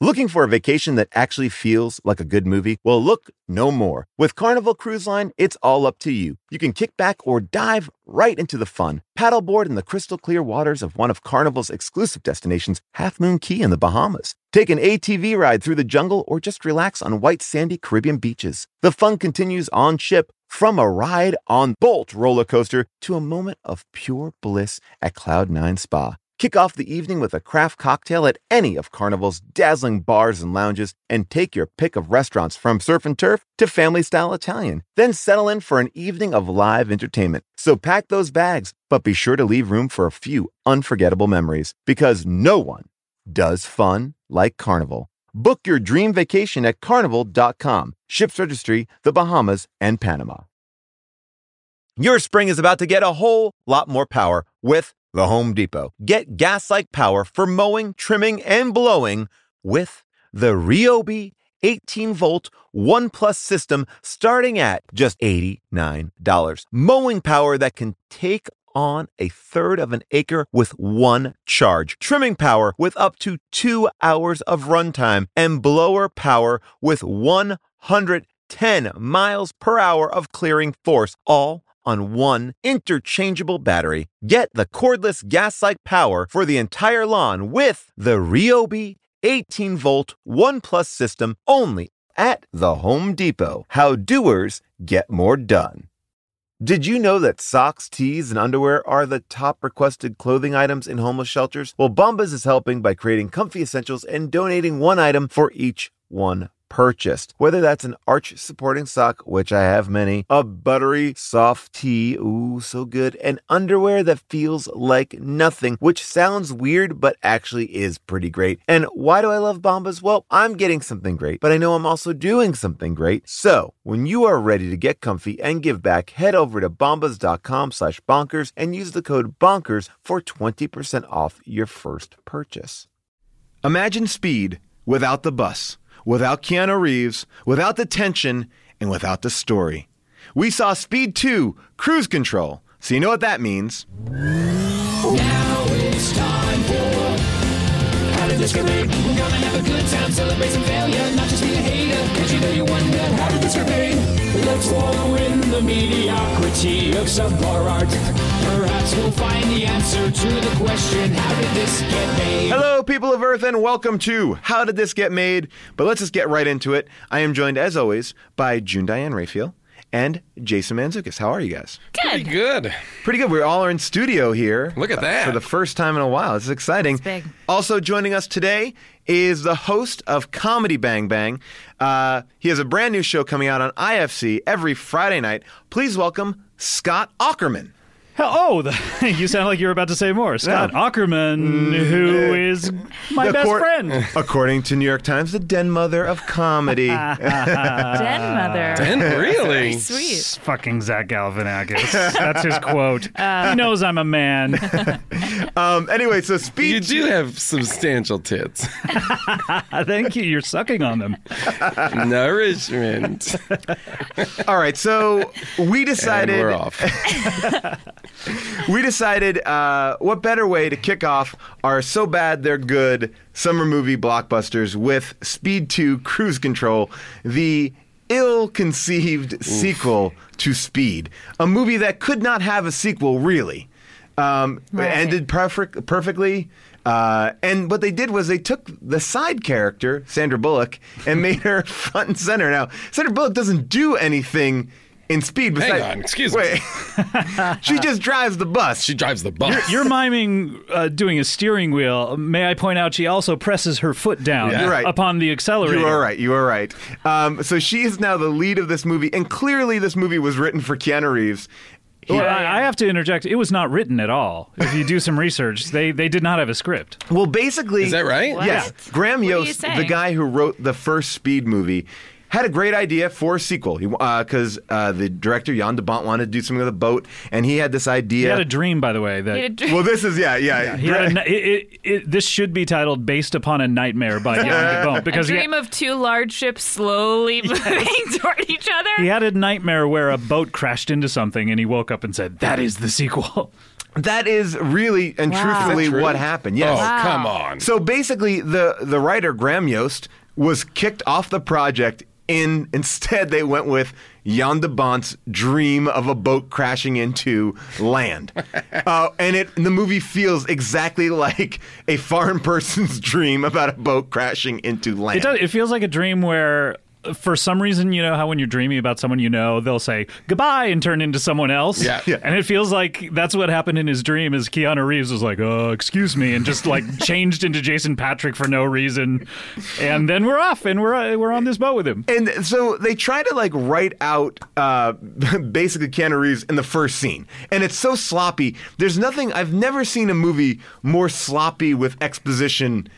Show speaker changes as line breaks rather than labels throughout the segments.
Looking for a vacation that actually feels like a good movie? Well, look no more. With Carnival Cruise Line, it's all up to you. You can kick back or dive right into the fun. Paddleboard in the crystal clear waters of one of Carnival's exclusive destinations, Half Moon Key in the Bahamas. Take an ATV ride through the jungle or just relax on white sandy Caribbean beaches. The fun continues on ship from a ride on Bolt roller coaster to a moment of pure bliss at Cloud 9 Spa. Kick off the evening with a craft cocktail at any of Carnival's dazzling bars and lounges, and take your pick of restaurants from surf and turf to family style Italian. Then settle in for an evening of live entertainment. So pack those bags, but be sure to leave room for a few unforgettable memories because no one does fun like Carnival. Book your dream vacation at carnival.com. Ships registry, the Bahamas, and Panama. Your spring is about to get a whole lot more power with the Home Depot. Get gas like power for mowing, trimming, and blowing with the Ryobi 18 volt One Plus system starting at just $89. Mowing power that can take on a third of an acre with one charge, trimming power with up to two hours of runtime, and blower power with 110 miles per hour of clearing force, all on one interchangeable battery. Get the cordless gas like power for the entire lawn with the Ryobi 18 volt One Plus system only at the Home Depot. How doers get more done. Did you know that socks, tees, and underwear are the top requested clothing items in homeless shelters? Well, Bombas is helping by creating comfy essentials and donating one item for each one purchased. Whether that's an arch supporting sock, which I have many, a buttery soft tee, ooh, so good, and underwear that feels like nothing, which sounds weird, but actually is pretty great. And why do I love Bombas? Well, I'm getting something great, but I know I'm also doing something great. So when you are ready to get comfy and give back, head over to bombas.com slash bonkers and use the code bonkers for 20% off your first purchase.
Imagine speed without the bus without Keanu Reeves, without the tension, and without the story. We saw Speed 2, Cruise Control, so you know what that means.
Now it's time for How Did This Get Made? We're gonna have a good time, celebrate some failure, not just be a hater. Cause you know you wonder, how did this get made? Let's wallow in the mediocrity of subpar art. Perhaps we'll find the answer to the question, how did this get made?
Hello, people of Earth, and welcome to How Did This Get Made? But let's just get right into it. I am joined, as always, by June Diane Raphael and Jason Manzukis. How are you guys?
Pretty good.
Pretty good. We all are in studio here. Uh,
Look at that.
For the first time in a while. This is exciting.
big.
Also joining us today is the host of Comedy Bang Bang. Uh, he has a brand new show coming out on IFC every Friday night. Please welcome Scott Ackerman.
Hell, oh, the, you sound like you were about to say more. Scott Ackerman, who is my
Mm. The
best
court-
friend.
According to New York Times, the den mother of comedy. Um,
Den mother.
And really,
Sweet.
It's fucking Zach Galifianakis. That's his quote. he knows I'm a man.
um, anyway, so
you
speed.
do have substantial tits.
Thank you. You're sucking on them.
Nourishment.
All right, so we
And
decided
we're off.
we decided uh, what better way to kick off our so bad they're good summer movie blockbusters with Speed 2 Cruise Control, the ill-conceived sequel to Speed, a movie that could not have a sequel really. Um,
Right.
It ended perfect, perfectly. Uh, and what they did was they took the side character, Sandra Bullock, and made her front and center. Now, Sandra Bullock doesn't do anything in Speed
Hang
besides.
on, excuse me.
Wait. she just drives the bus.
She drives the bus.
You're miming uh, doing a steering wheel. May I point out she also presses her foot down
You're right.
upon the accelerator.
You are right. You are right. Um, so she is now the lead of this movie, and clearly this movie was written for Keanu Reeves.
Well, I, I have to interject. It was not written at all. If you do some research, they they did not have a script.
Well, basically,
Is that right?
What?
Yes, Graham
What are you
Yost, the
saying?
guy who wrote the first Speed movie, had a great idea for a sequel because uh, the director Jan de Bont wanted to do something with a boat, and he had this
He
idea.
had a dream, by the way, that
Need a drink.
well, this is yeah, yeah.
He
Gra-
had a ni- it, it, it, this should be titled "Based Upon a Nightmare" by Jan de Bont
A
because he,
dream of two large ships slowly moving toward each other.
he had a nightmare where a boat crashed into something and he woke up and said, "That is the sequel."
That is really and
Wow.
truthfully
Is that true?
what happened. Yes.
Oh,
Wow.
come on.
So basically, the the writer Graham Yost was kicked off the project. In instead, they went with Jan de Bont's dream of a boat crashing into land, uh, and it the movie feels exactly like a foreign person's dream about a boat crashing into land.
It does. It feels like a dream where, for some reason, you know how when you're dreaming about someone you know, they'll say goodbye and turn into someone else.
Yeah. Yeah.
And it feels like that's what happened in his dream. Is Keanu Reeves was like, "Uh, excuse me," and just like changed into Jason Patrick for no reason, and then we're off and we're we're on this boat with him.
And so they try to like write out uh, basically Keanu Reeves in the first scene, and it's so sloppy. There's nothing I've never seen a movie more sloppy with exposition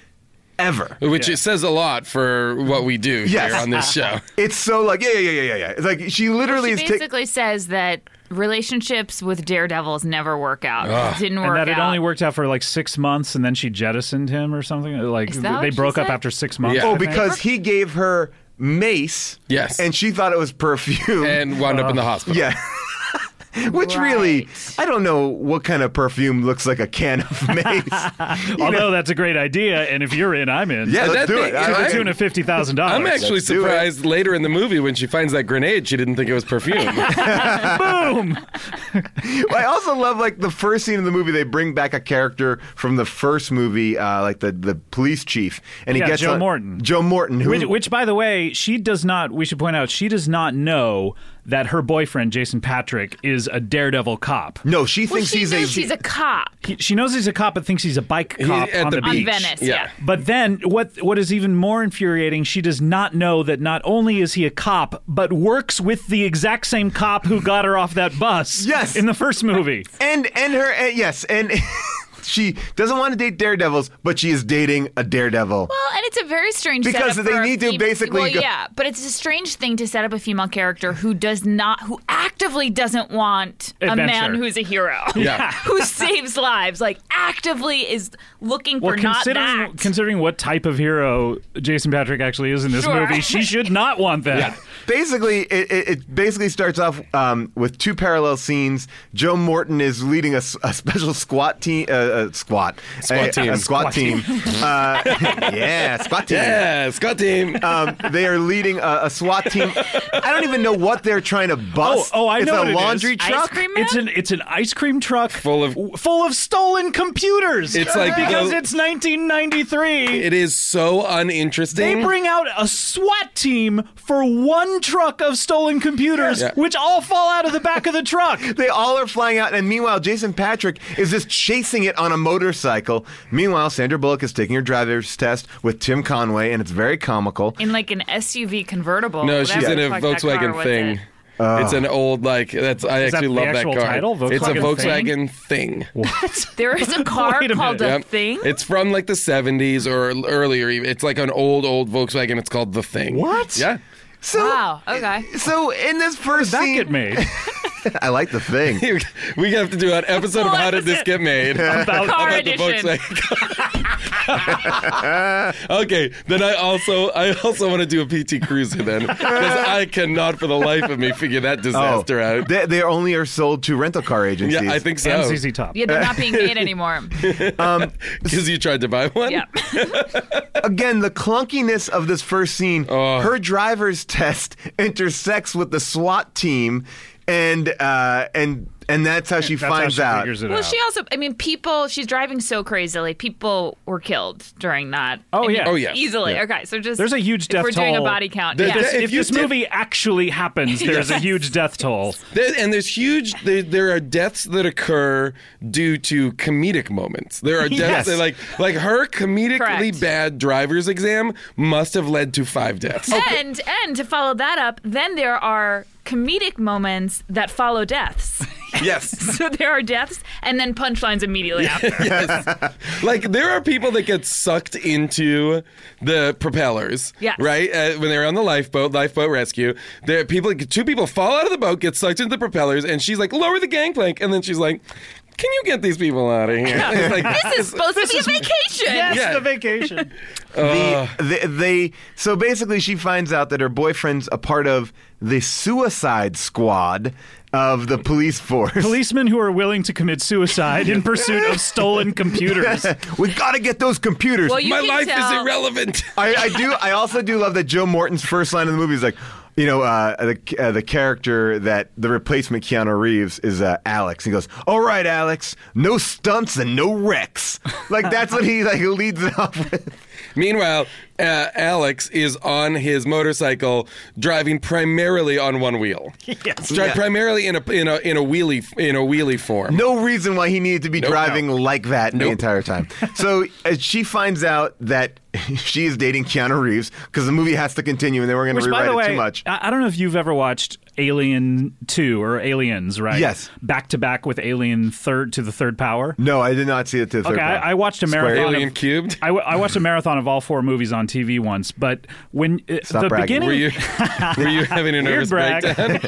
ever.
Which it says a lot for what we do
Yes.
here on this show.
It's so like yeah yeah yeah yeah yeah. It's like she literally
She
is. ta-
basically says that relationships with daredevils never work out. It didn't work
And that it
out.
only worked out for like six months, and then she jettisoned him or something. Like
Is that what
they
she
broke up
said?
after six months.
Yeah.
I
oh,
think.
because he gave her mace.
Yes.
And she thought it was perfume.
And wound up in the hospital.
yeah. Which really,
Right.
I don't know what kind of perfume looks like a can of mace.
although that's a great idea, and if you're in, I'm in.
yeah,
But
let's
that
do
thing-
it.
to
to
I-
the
I'm-
tune of fifty thousand dollars.
I'm actually
do it.
surprised later in the movie when she finds that grenade, she didn't think it was perfume.
boom.
I also love like the first scene of the movie. They bring back a character from the first movie, uh, like the, the police chief, and he
Yeah,
gets
Joe
a-
Morton.
Joe Morton, who
Which, which, by the way, she does not. We should point out she does not know that her boyfriend Jason Patrick is a daredevil cop.
no, she
Well,
thinks
she
he's
knows
a
she's a cop
He, she knows he's a cop, but thinks he's a bike cop
at
on
the
the,
on
beach.
Venice.
Yeah.
Yeah.
But then, what what is even more infuriating, she does not know that not only is he a cop, but works with the exact same cop who got her off that bus.
Yes.
in the first movie.
and and her and, yes and. She doesn't want to date daredevils, but she is dating a daredevil.
Well, and it's a very strange
Because
setup
they
for a
need to
fem-
basically
well,
go-
yeah, but it's a strange thing to set up a female character who does not, who actively doesn't want a man
Adventure.
who's a hero,
Yeah.
who saves lives, like actively is looking
Well,
for not
considering
that.
considering what type of hero Jason Patrick actually is in this
Sure.
movie, she should not want that.
Basically, it, it, it basically starts off um, with two parallel scenes. Joe Morton is leading a, s- a special squat team, uh, uh, squat,
Squat
a,
team.
a squat,
Squat
team. uh, yeah, squat team.
yeah, Scott team.
Um, they are leading a, a SWAT team. I don't even know what they're trying to bust.
Oh, oh, I
it's
know
a
what it is.
laundry
Ice
truck.
Ice cream man?
It's an it's an ice cream truck
Full of-
w- full of stolen computers.
It's like
because
the-
it's 1993.
it is so
they
Mm-hmm.
uninteresting.
bring out a SWAT team for one truck of stolen computers,
Yeah.
which all fall out of the back of the truck.
They all are flying out, and meanwhile, Jason Patrick is just chasing it on a motorcycle. Meanwhile, Sandra Bullock is taking her driver's test with Tim Conway, and it's very comical.
in like an SUV convertible.
no,
whatever
she's in
the
a
fuck that car
Volkswagen
was
thing.
it.
it's an old like that's I
that
actually
the
love that
actual
car.
title?
It's a
Volkswagen
Volkswagen thing.
There is a car
Wait a
called
minute.
the
Yep.
thing.
It's from like the 70s or earlier. even. It's like an old old Volkswagen. It's called the thing.
What?
Yeah.
So,
wow. Okay.
so in this first
That
scene,
get made
I like the thing.
we have to do an episode
Full
of how did this get
episode.
made.
about
Car
about the
edition.
Volkswagen. okay, then I also I also want to do a PT Cruiser then because I cannot for the life of me figure that
Oh,
disaster out.
they, they only are sold to rental car agencies.
yeah, I think so.
MCC Top.
Yeah, they're not being made anymore.
Because you tried to buy one.
Yeah.
Again, the clunkiness of this first scene. Her driver's test intersects with the SWAT team, and uh, and and that's how she
That's how
finds
she
out.
figures it
Well,
out.
she also, I mean, people, she's driving so crazily. People were killed during that.
Oh,
I mean,
yeah. Oh,
yeah.
Easily. Okay, so just.
There's a huge
if
death
We're doing a
toll.
body count.
The-
yeah.
the-
if,
If you
this
did-
movie actually happens, there's a huge death toll.
There- and there's huge. There, there are deaths that occur due to comedic moments. There are deaths
Yes.
that, like like her comedically
Correct.
bad driver's exam must have led to five deaths.
and, and to follow that up, then there are comedic moments that follow deaths.
Yes.
so there are deaths and then punchlines immediately after.
Like there are people that get sucked into the propellers,
Yes.
right? Uh, when they're on the lifeboat, lifeboat rescue, there are people. Two people fall out of the boat, get sucked into the propellers, and she's like, "Lower the gangplank," and then she's like, "Can you get these people out of here?" It's like,
This is supposed to be a vacation.
Yeah. the
vacation.
The, the, they so basically she finds out that her boyfriend's a part of the Suicide Squad, uh, of the police force.
Policemen who are willing to commit suicide in pursuit of stolen computers.
we gotta get those computers.
Well, you
My
can
life is
tell-
irrelevant.
I, I do. I also do love that Joe Morton's first line in the movie is like, you know, uh, the uh, the character that the replacement Keanu Reeves is uh, Alex. He goes, "All right, Alex, no stunts and no wrecks." Like that's what he like leads it off with.
Meanwhile, uh, Alex is on his motorcycle, driving primarily on one wheel. Yes,
Yeah.
primarily in a in a in a wheelie in a wheelie form.
No reason why he needed to be driving like that the
Nope.
entire time. So uh, she finds out that she is dating Keanu Reeves because the movie has to continue and they were going to
Which,
rewrite
by the
it
way, uh,
too much.
I, I don't know if you've ever watched Alien Two or Aliens, right?
Yes.
back to back with Alien Third to the Third Power.
No, I did not see it to the
Okay,
third.
I,
part.
I watched a
Square.
marathon.
Alien
of,
cubed.
I, w- I watched a marathon of all four movies on TV once, but when uh,
Stop
the
bragging.
beginning,
Were you were you having a nervous
brag.
breakdown?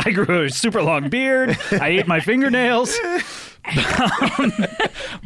I grew a super long beard. I ate my fingernails.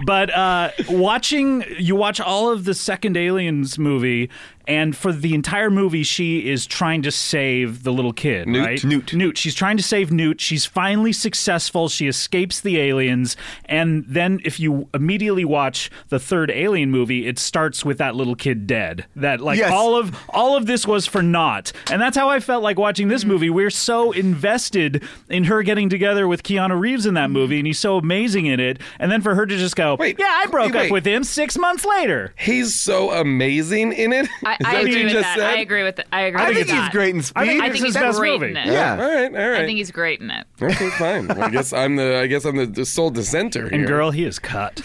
but uh, watching, you watch all of the second Aliens movie, and for the entire movie, she is trying to save the little kid,
Newt?
right?
Newt.
Newt. She's trying to save Newt. She's finally successful. She escapes the aliens. And then, if you immediately watch the third Alien movie, it starts with that little kid dead. That like
Yes.
all of all of this was for naught. And that's how I felt like watching
Hmm.
this movie. We're so invested in her getting together with Keanu Reeves in that movie, and he's so amazing in it. And then for her to just go,
Wait,
"Yeah, I broke
wait, wait.
up with him six months later."
He's so amazing in it.
I,
Is
I
that what you
agree with
just
that.
said?
I agree with that. I agree
I
with
think he's
that.
great in Speed.
I think
I
It's
think
his
he's
best
great
movie.
in it.
yeah.
All right, all right.
I think he's great in it.
okay, fine. I guess I'm the I guess I'm the, the sole dissenter here.
And girl, he is cut.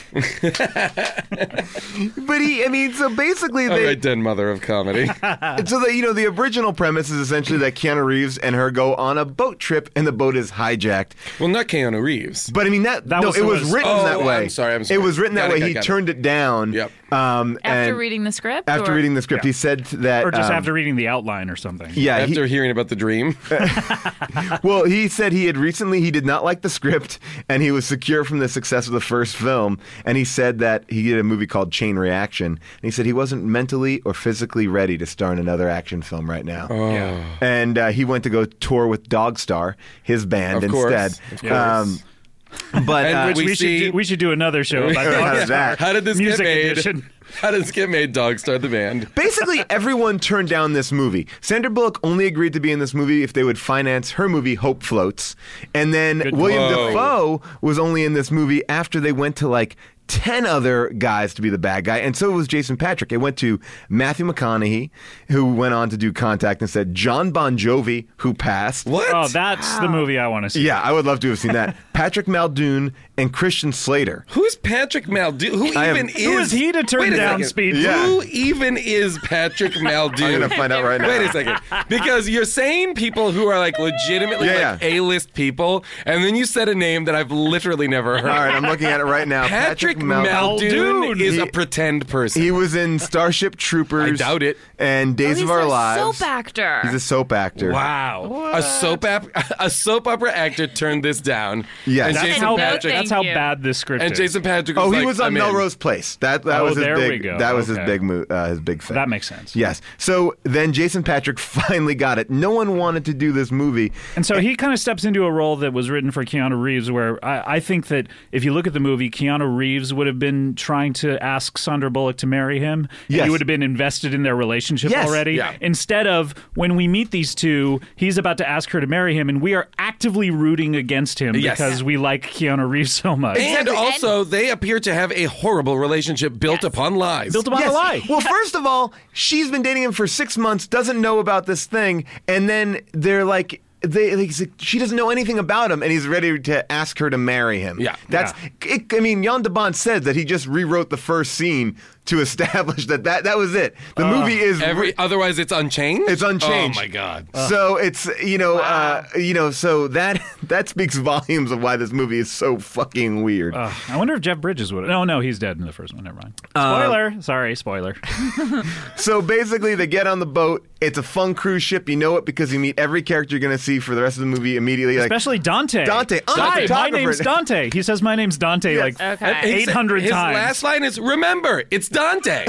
But he, I mean, so basically,
all
they,
right, then, mother of comedy.
so the you know the original premise is essentially that Keanu Reeves and her go on a boat trip and the boat is hijacked.
well, not Keanu Reeves.
But I mean that,
That
no,
was
it
the
was
worst.
written
Oh,
that way.
I'm sorry, I'm sorry.
It was written that
Got it,
way.
got it,
he
got it.
turned it down.
Yep.
Um,
After
and
reading the script?
after
or-
reading the script,
Yeah.
he said that
or just
um,
after reading the outline or something.
Yeah. he-
After hearing about the dream,
Well, he said he had recently he did not like the script and he was secure from the success of the first film and he said that he did a movie called Chain Reaction and he said he wasn't mentally or physically ready to star in another action film right now.
Oh,
Yeah.
And uh, he went to go tour with Dogstar, his band
Of course,
instead.
of course.
but
And
uh,
which
We,
We
should
see- Oh,
do, we should do another show about
How
dogs.
did that?
how did this
Music
get made?
edition.
How did this get made? Dog start the band.
Basically, everyone turned down this movie. Sandra Bullock only agreed to be in this movie if they would finance her movie, Hope Floats. And then William
call.
Defoe was only in this movie after they went to like 10 other guys to be the bad guy. And so was Jason Patrick. It went to Matthew McConaughey, who went on to do Contact and said, John Bon Jovi, who passed.
What?
Oh, that's the movie I want to see.
Yeah, I would love to have seen that. Patrick Muldoon and Christian Slater.
Who's Patrick Muldoon? Who
I am-
even is?
Who is he to turn
Wait a
down
second.
Speed?
Yeah.
Who even is Patrick Muldoon?
I'm going to find out right now.
Wait a second, because you're saying people who are like legitimately
Yeah,
like
yeah.
A-list people, and then you said a name that I've literally never heard.
All right, I'm looking at it right now.
Patrick,
Mal-
Muldoon,
Muldoon.
is a
He-
pretend person.
He was in Starship Troopers.
I doubt it.
And Days
Oh, He's
of Our
a
Lives.
soap actor.
He's a soap actor.
wow, a soap op- a soap opera actor turned this down.
Yes.
and
That's
Jason
how,
No,
Patrick.
thank
that's how
you.
bad this script
and
is.
Jason Patrick.
Oh,
was
he
like,
was on
I'm in.
Melrose Place. That that
Oh,
was his
there
big.
we go.
That was
Okay.
his big mo- uh, his big thing.
that makes sense.
Yes. So then Jason Patrick finally got it. No one wanted to do this movie.
And so he kind of steps into a role that was written for Keanu Reeves, where I, I think that if you look at the movie, Keanu Reeves would have been trying to ask Sandra Bullock to marry him. and
Yes.
He would have been invested in their relationship
Yes.
already.
Yeah.
Instead of when we meet these two, he's about to ask her to marry him, and we are actively rooting against him
Yes.
because we like Keanu Reeves so much.
And also, they appear to have a horrible relationship built upon lies.
Built upon a lie.
Well, first of all, she's been dating him for six months, doesn't know about this thing, and then they're like. They, like, he's like, she doesn't know anything about him, and he's ready to ask her to marry him.
Yeah.
that's. It, I mean, Jan de Bont said that he just rewrote the first scene to establish that that, that was it. The movie is
Uh, Every otherwise, it's unchanged.
It's unchanged. Uh.
Oh my god!
So it's you know uh, you know so that that speaks volumes of why this movie is so fucking weird.
Ugh, I wonder if Jeff Bridges would. No, no, he's dead in the first one. Never mind.
Uh,
Spoiler. Sorry, spoiler.
So basically, they get on the boat. It's a fun cruise ship. You know it because you meet every character you're going to see for the rest of the movie immediately. Like,
Especially Dante.
Dante, I'm a
Hi, my
photographer.
name's Dante. He says my name's Dante
Yes.
like
Okay.
He said-
800
his
times.
last line is remember, it's Dante.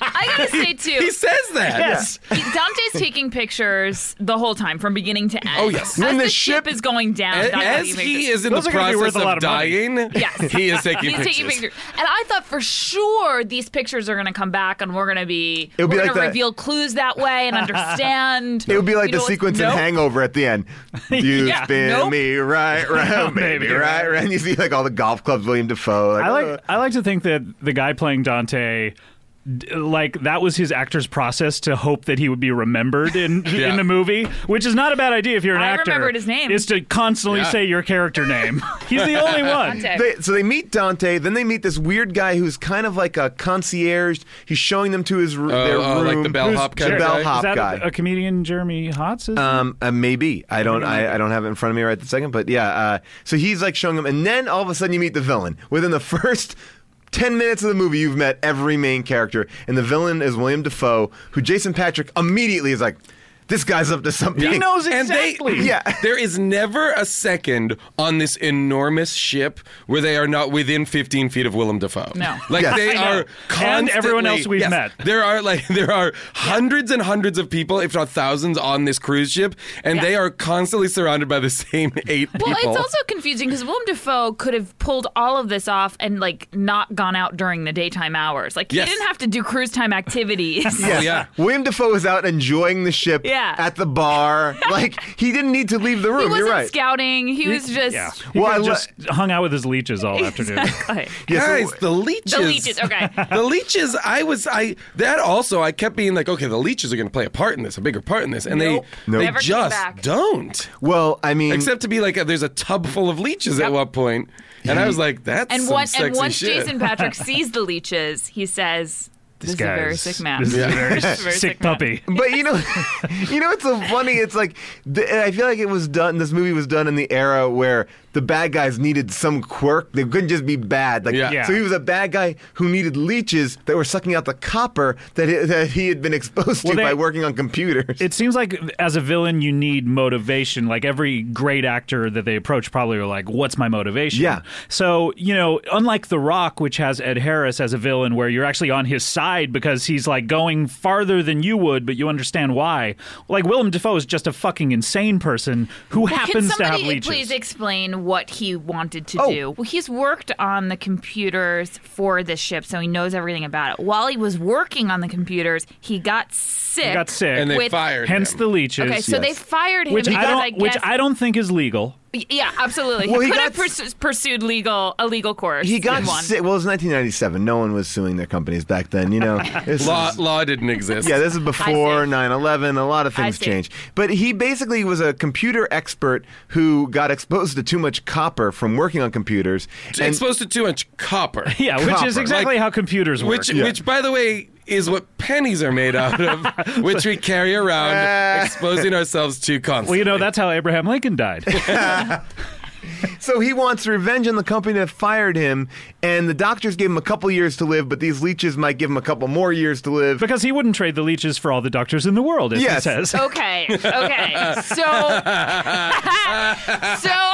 I gotta say too.
He says that.
Yes.
Dante's taking pictures the whole time from beginning to end.
Oh, yes.
As
When
the,
the
ship,
ship-
is going down,
A-
Dante
As
takes
he
pictures.
is in the
Those are gonna be
process
worth
of,
a lot of money.
dying,
Yes.
he is taking
He's
pictures.
taking pictures, and I thought for sure these pictures are going to come back, and we're going to be
It'll be
we're going
like
to
that-
reveal clues that way and understand.
It would be like
You know
the
what's-
sequence in
Nope.
Hangover at the end. You
Yeah,
spin
nope.
me right round,
Maybe,
baby, right
right.
round. You see like all the golf clubs, William Defoe. Like,
I
uh,
like I like to think that the guy playing Dante d- like that was his actor's process to hope that he would be remembered in
Yeah.
in the movie, which is not a bad idea if you're an
I
actor.
remembered his name.
Is to constantly
Yeah.
say your character name. He's the only one.
Dante.
They, so they meet Dante, then they meet this weird guy who's kind of like a concierge. He's showing them to his r- their
oh,
room.
like the bellhop
Who's-
kind
the
of guy?
Is
bellhop
that
guy.
A, a comedian, Jeremy Hotz? is?
Um, uh, maybe I don't. I, I don't have it in front of me right the second. But yeah. Uh, so he's like showing him, and then all of a sudden you meet the villain. Within the first ten minutes of the movie, you've met every main character, and the villain is William Defoe, who Jason Patrick immediately is like, "This guy's up to something."
he knows
And they-
exactly.
Yeah.
There is never a second on this enormous ship where they are not within 15 feet of Willem Dafoe.
No.
Like
Yes.
they
know.
are
And
constantly.
everyone else we've
yes,
met.
There are like there are hundreds and hundreds of people, if not thousands, on this cruise ship, and
Yeah.
they are constantly surrounded by the same eight
Well,
people.
it's also confusing because Willem Dafoe could have pulled all of this off and like not gone out during the daytime hours. Like
Yes.
he didn't have to do cruise time activities.
Oh, yeah.
William Defoe is out enjoying the ship
Yeah.
at the bar. like he didn't need to leave the
He
room.
wasn't
You're right.
scouting. He was just
Yeah.
Well,
well,
I
I
lo-
just hung out with his leeches all afternoon.
Exactly.
Yeah, so-
Guys, the leeches.
The leeches. Okay.
the leeches i was i that also i kept being like okay the leeches are going to play a part in this a bigger part in this and
Nope.
they
Nope.
they
Never came
just
back.
don't
well, I mean,
except to be like there's a tub full of leeches at
Yep.
one point and i was like that's
And
some
one,
sexy
and once
shit.
Jason Patrick sees the leeches, he says, "This, is a very
guy's-
sick man."
This is a very
Very
sick
sick man.
puppy.
But you know, you know, it's so funny. It's like th- I feel like it was done. This movie was done in the era where the bad guys needed some quirk. They couldn't just be bad. Like,
Yeah. Yeah.
so he was a bad guy who needed leeches that were sucking out the copper that he, that he had been exposed
Well,
to
they-
by working on computers.
It seems like as a villain, you need motivation. Like every great actor that they approach, probably are like, "What's my motivation?"
Yeah.
So you know, unlike The Rock, which has Ed Harris as a villain, where you're actually on his side because he's like going farther than you would, but you understand why. Like Willem Dafoe is just a fucking insane person who happens
Can
to have
somebody
leeches.
please explain what he wanted to
Oh.
do? Well, he's worked on the computers for the ship, so he knows everything about it. While he was working on the computers, he got sick.
He got sick.
and they
With-
fired
Hence
him.
the leeches.
Okay, so they fired him
which
because
I don't,
I guess
which I don't think is legal.
yeah, absolutely.
Well, he
he could have
got-
purs- pursued legal a legal course.
he got
and won.
sick. Well, it was 1997. No one was suing their companies back then. You know, This
law
is-
law didn't exist
Yeah, this is before
see.
9 11. A lot of
I
things
see.
changed. But he basically was a computer expert who got exposed to too much copper from working on computers. And-
exposed to too much copper
Yeah, which is
Copper.
exactly
Like-
how computers work.
which which by the way is what pennies are made out of which we carry
Ah.
around exposing ourselves to constantly
well, you know, that's how Abraham Lincoln died.
So he wants revenge on the company that fired him, and the doctors gave him a couple years to live, but these leeches might give him a couple more years to live.
Because he wouldn't trade the leeches for all the doctors in the world, as
Yes.
he says.
Okay. Okay. So so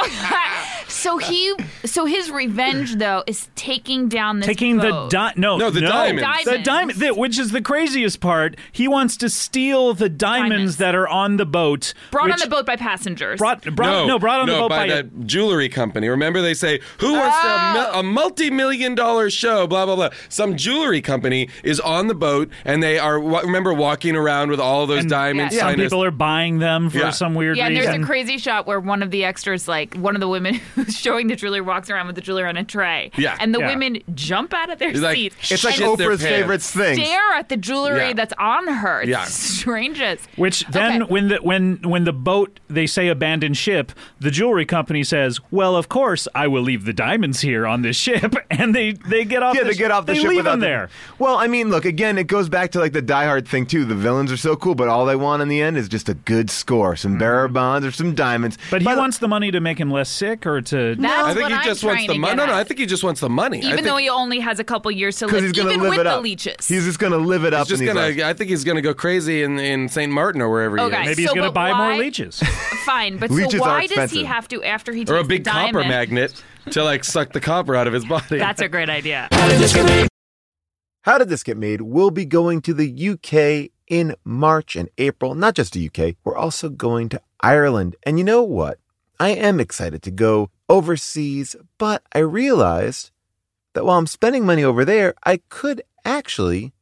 so he so his revenge though is taking down this
Taking the
boat.
di- no,
No, the diamonds.
The diamond,
Diamonds.
that- which is the craziest part. He wants to steal the diamonds,
Diamonds.
that are on the boat.
brought on
which-
the boat by passengers.
Brought, brought, no, brought on the boat by,
by, that jewelry company. Remember, they say who wants to-
Oh.
a, mil- a multi-million dollar show? Blah blah blah. Some jewelry company is on the boat, and they are wa- remember walking around with all those diamonds.
yeah.
some
trying to-
people are buying them for
Yeah.
some weird
yeah, and
reason.
there's a crazy shot where one of the extras, like one of the women who's showing the jeweler, walks around with the jeweler on a tray.
Yeah.
and the
Yeah.
women jump out of their
It's like,
seats.
it's like
shit their
Oprah's
pants.
favorite thing.
Stare at the jewelry
Yeah.
that's on her. It's
Yeah.
strangest.
Which then,
Okay.
when the when when the boat they say abandoned ship, the jewelry company says, "Well, of course, I will leave the diamonds here on this ship," and they they get off.
Yeah,
the
they
sh-
get off the
they
ship
leave
without
them
the-
there.
Well, I mean, look again. It goes back to like the Die Hard thing too. The villains are so cool, but all they want in the end is just a good score, some bearer bonds or some diamonds.
Mm-hmm. But he
By the-
wants the money to make him less sick or to.
That's
I think
what
he
I'm
just wants
trying
the
to
money.
get
No, no,
at.
I think he just wants the money. I
even
think
though he only has a couple years to live,
because he's going to
even
live
with
it up.
the leeches.
He's just going to live it up.
He's just
in these
gonna.
lives.
I think he's gonna go crazy in, in Saint Martin or wherever
Okay.
he is,
Maybe he's
So,
going to
but
buy
why-
more leeches.
Fine, but
Leeches
so
are
why does he
expensive.
have to after he takes
or a
the
big copper
diamond-
magnet to like suck the copper out of his body.
That's a great idea.
How did this get made?
How Did This Get Made will be going to the UK in March and April. Not just the UK, we're also going to Ireland. And you know what? I am excited to go overseas, but I realized that while I'm spending money over there, I could actually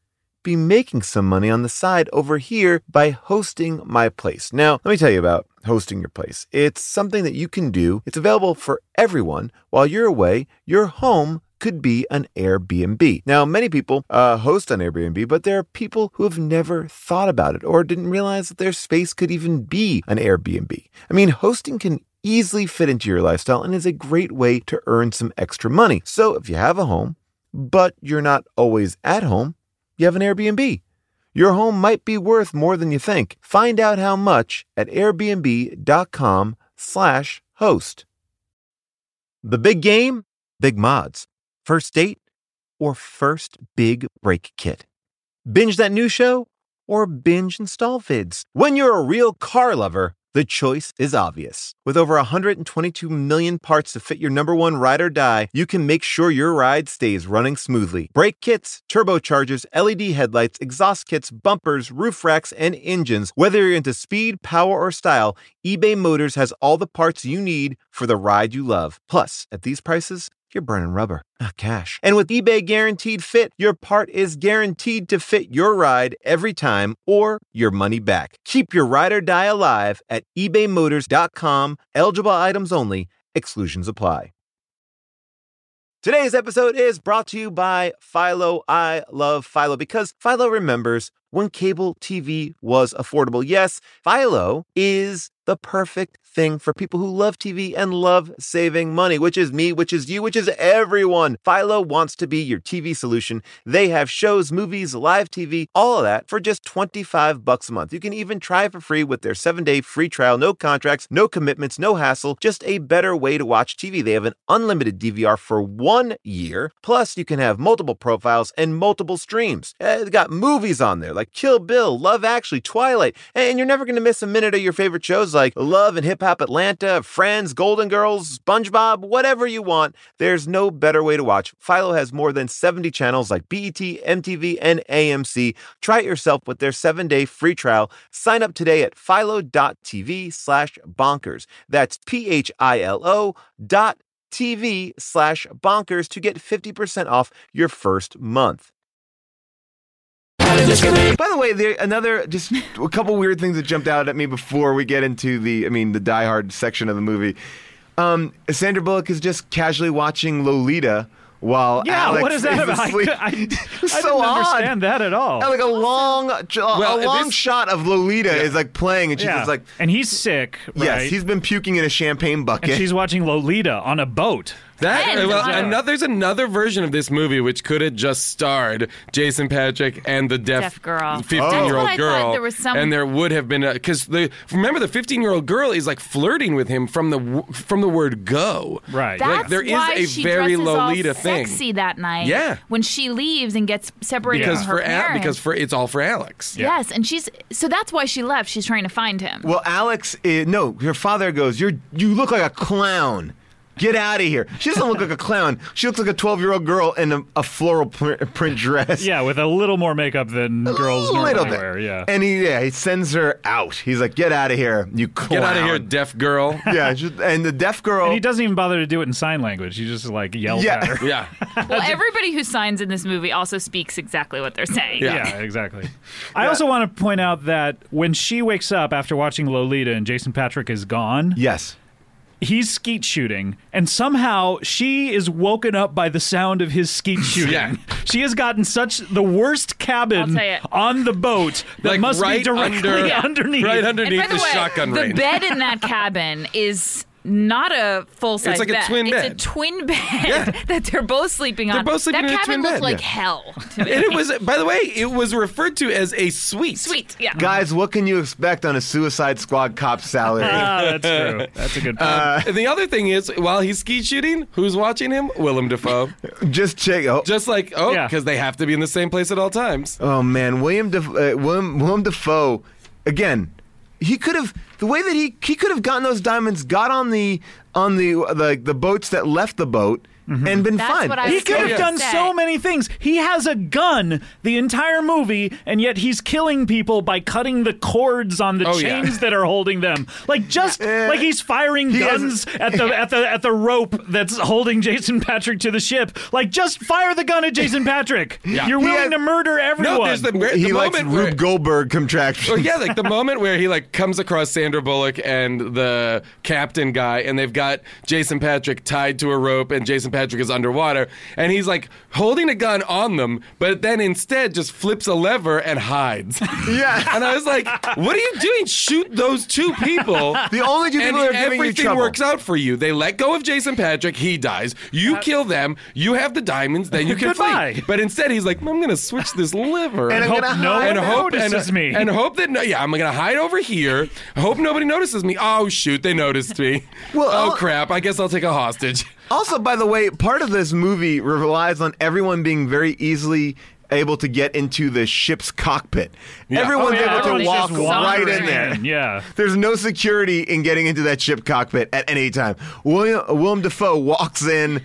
be making some money on the side over here by hosting my place. Now, let me tell you about hosting your place. It's something that you can do, it's available for everyone. While you're away, your home could be an Airbnb. Now, many people uh, host on Airbnb, but there are people who have never thought about it or didn't realize that their space could even be an Airbnb. I mean, hosting can easily fit into your lifestyle and is a great way to earn some extra money. So, if you have a home, but you're not always at home, you have an Airbnb. Your home might be worth more than you think. Find out how much at airbnb.com/host. The big game, big mods, first date or first big break kit. Binge that new show or binge install vids. When you're a real car lover, the choice is obvious. With over 122 million parts to fit your number one ride or die, you can make sure your ride stays running smoothly. Brake kits, turbochargers, LED headlights, exhaust kits, bumpers, roof racks, and engines. Whether you're into speed, power, or style, eBay Motors has all the parts you need for the ride you love. Plus, at these prices, you're burning rubber, not cash. And with eBay Guaranteed Fit, your part is guaranteed to fit your ride every time or your money back. Keep your ride or die alive at ebaymotors.com. Eligible items only, exclusions apply. Today's episode is brought to you by Philo. I love Philo because Philo remembers when cable TV was affordable. Yes, Philo is the perfect thing for people who love TV and love saving money, which is me, which is you, which is everyone. Philo wants to be your TV solution. They have shows, movies, live TV, all of that for just 25 bucks a month. You can even try it for free with their 7-day free trial, no contracts, no commitments, no hassle, just a better way to watch TV. They have an unlimited DVR for 1 year. Plus, you can have multiple profiles and multiple streams. Uh, They got movies on there like Kill Bill, Love Actually, Twilight, and you're never going to miss a minute of your favorite shows like Love and Hip Hop Atlanta, Friends, Golden Girls, SpongeBob, whatever you want. There's no better way to watch. Philo has more than 70 channels like E BET, MTV, and AMC. Try it yourself with their 7-day free trial. Sign up today at philo.tv slash bonkers. That's P-H-I-L-O dot TV slash bonkers to get 50% off your first month.
How did this get made?
By the way, there another just a couple weird things that jumped out at me before we get into the I mean the Die Hard section of the movie. Um, Sandra Bullock is just casually watching Lolita while
Yeah,
Alex
what is that about? I,
asleep.
I, I
so
didn't
odd.
understand that at all.
like a long,
Well,
a long
this-
shot of Lolita is like playing, and she's
yeah.
just like,
and he's sick, right?
"Yes, he's been puking in a champagne bucket."
and she's watching Lolita on a boat.
That
Friends,
well,
wow.
another, there's another version of this movie which could have just starred Jason Patrick and the deaf,
Deaf girl.
fifteen year
That's what
old
I thought.
girl,
There was some-
and there would have been because the remember the fifteen year old girl is like flirting with him from the w- from the word go.
Right.
That's
Like, there is
why
a
she
very
dresses all
Lolita thing.
sexy that night.
Yeah.
when she leaves and gets separated
because
from her
for Al,
parents.
because for it's all for Alex.
yes, and she's so that's why she left. She's trying to find him.
Well, Alex, is, no, her father goes, "You're you look like a clown. Get out of here." She doesn't look like a clown. She looks like a twelve-year-old girl in a, a floral print, print dress.
Yeah, with a little more makeup than girls
a
normally
little bit.
wear. Yeah.
And he yeah he sends her out. He's like, "Get out of here, you clown."
Get out of here, deaf girl.
yeah, she- and the deaf girl.
And he doesn't even bother to do it in sign language. He just like yells
Yeah.
at her.
yeah.
Well, everybody who signs in this movie also speaks exactly what they're saying.
Yeah.
Yeah, exactly. I also want to point out that when she wakes up after watching Lolita and Jason Patrick is gone,
yes.
he's skeet shooting, and somehow she is woken up by the sound of his skeet shooting.
Yeah.
She has gotten such the worst
I'll
cabin
tell ya.
on the boat that
Like,
must
right
be directly
under-
underneath.
Right
And
underneath
by the, way,
shotgun
the
range.
bed in that cabin is not a full
It's
size.
like a
bed.
twin
it's
bed.
a twin bed
Yeah.
that they're both sleeping on.
both sleeping
that
in a
cabin
twin
looked
bed,
like
yeah.
hell to me.
and it was, by the way, it was referred to as a suite.
sweet. Yeah.
Guys, what can you expect on a Suicide Squad cop salary?
Ah, that's true. That's a good point.
And the other thing is, while he's ski shooting, who's watching him? Willem Dafoe.
Just check. Oh,
Just like, oh,
Yeah.
because they have to be in the same place at all times.
oh man, William, Def- uh, William William Defoe, again. He could have the way that he he could have gotten those diamonds. Got on the on the the, the boats that left the boat.
and been
That's
fine.
what I
He
was
could
Yeah.
have done
Say.
so many things. He has a gun the entire movie, and yet he's killing people by cutting the cords on the
Oh, yeah.
chains that are holding them. Like just like he's firing guns
has-
at the at the at the rope that's holding Jason Patrick to the ship. Like just fire the gun at Jason Patrick. You're
He
willing
has-
to murder everyone.
No, there's the, the
he likes
moment where,
Rube Goldberg
Well,
contractions.
Oh, yeah, like the moment where he like comes across Sandra Bullock and the captain guy, and they've got Jason Patrick tied to a rope, and Jason Patrick is underwater, and he's like holding a gun on them, but then instead just flips a lever and hides.
yeah.
and I was like, "What are you doing? Shoot those two people!"
The only two
and
people that are giving you
everything
trouble.
works out for you. They let go of Jason Patrick. He dies.
Uh,
You kill them. You have the diamonds. Then you can
Goodbye.
flee. But instead, he's like, "I'm going to switch this liver
And I'm
hope
gonna
no
hide
one
and hope and,
notices me.
and hope that no, yeah, I'm gonna hide over here. Hope nobody notices me. Oh shoot, they noticed me.
Well,
oh
I'll-
crap, I guess I'll take a hostage.
Also, by the way, part of this movie relies on everyone being very easily able to get into the ship's cockpit. Everyone's
Yeah,
able to
everyone's
walk
just
right
wandering
in there.
Yeah.
There's no security in getting into that ship cockpit at any time. William Willem Dafoe walks in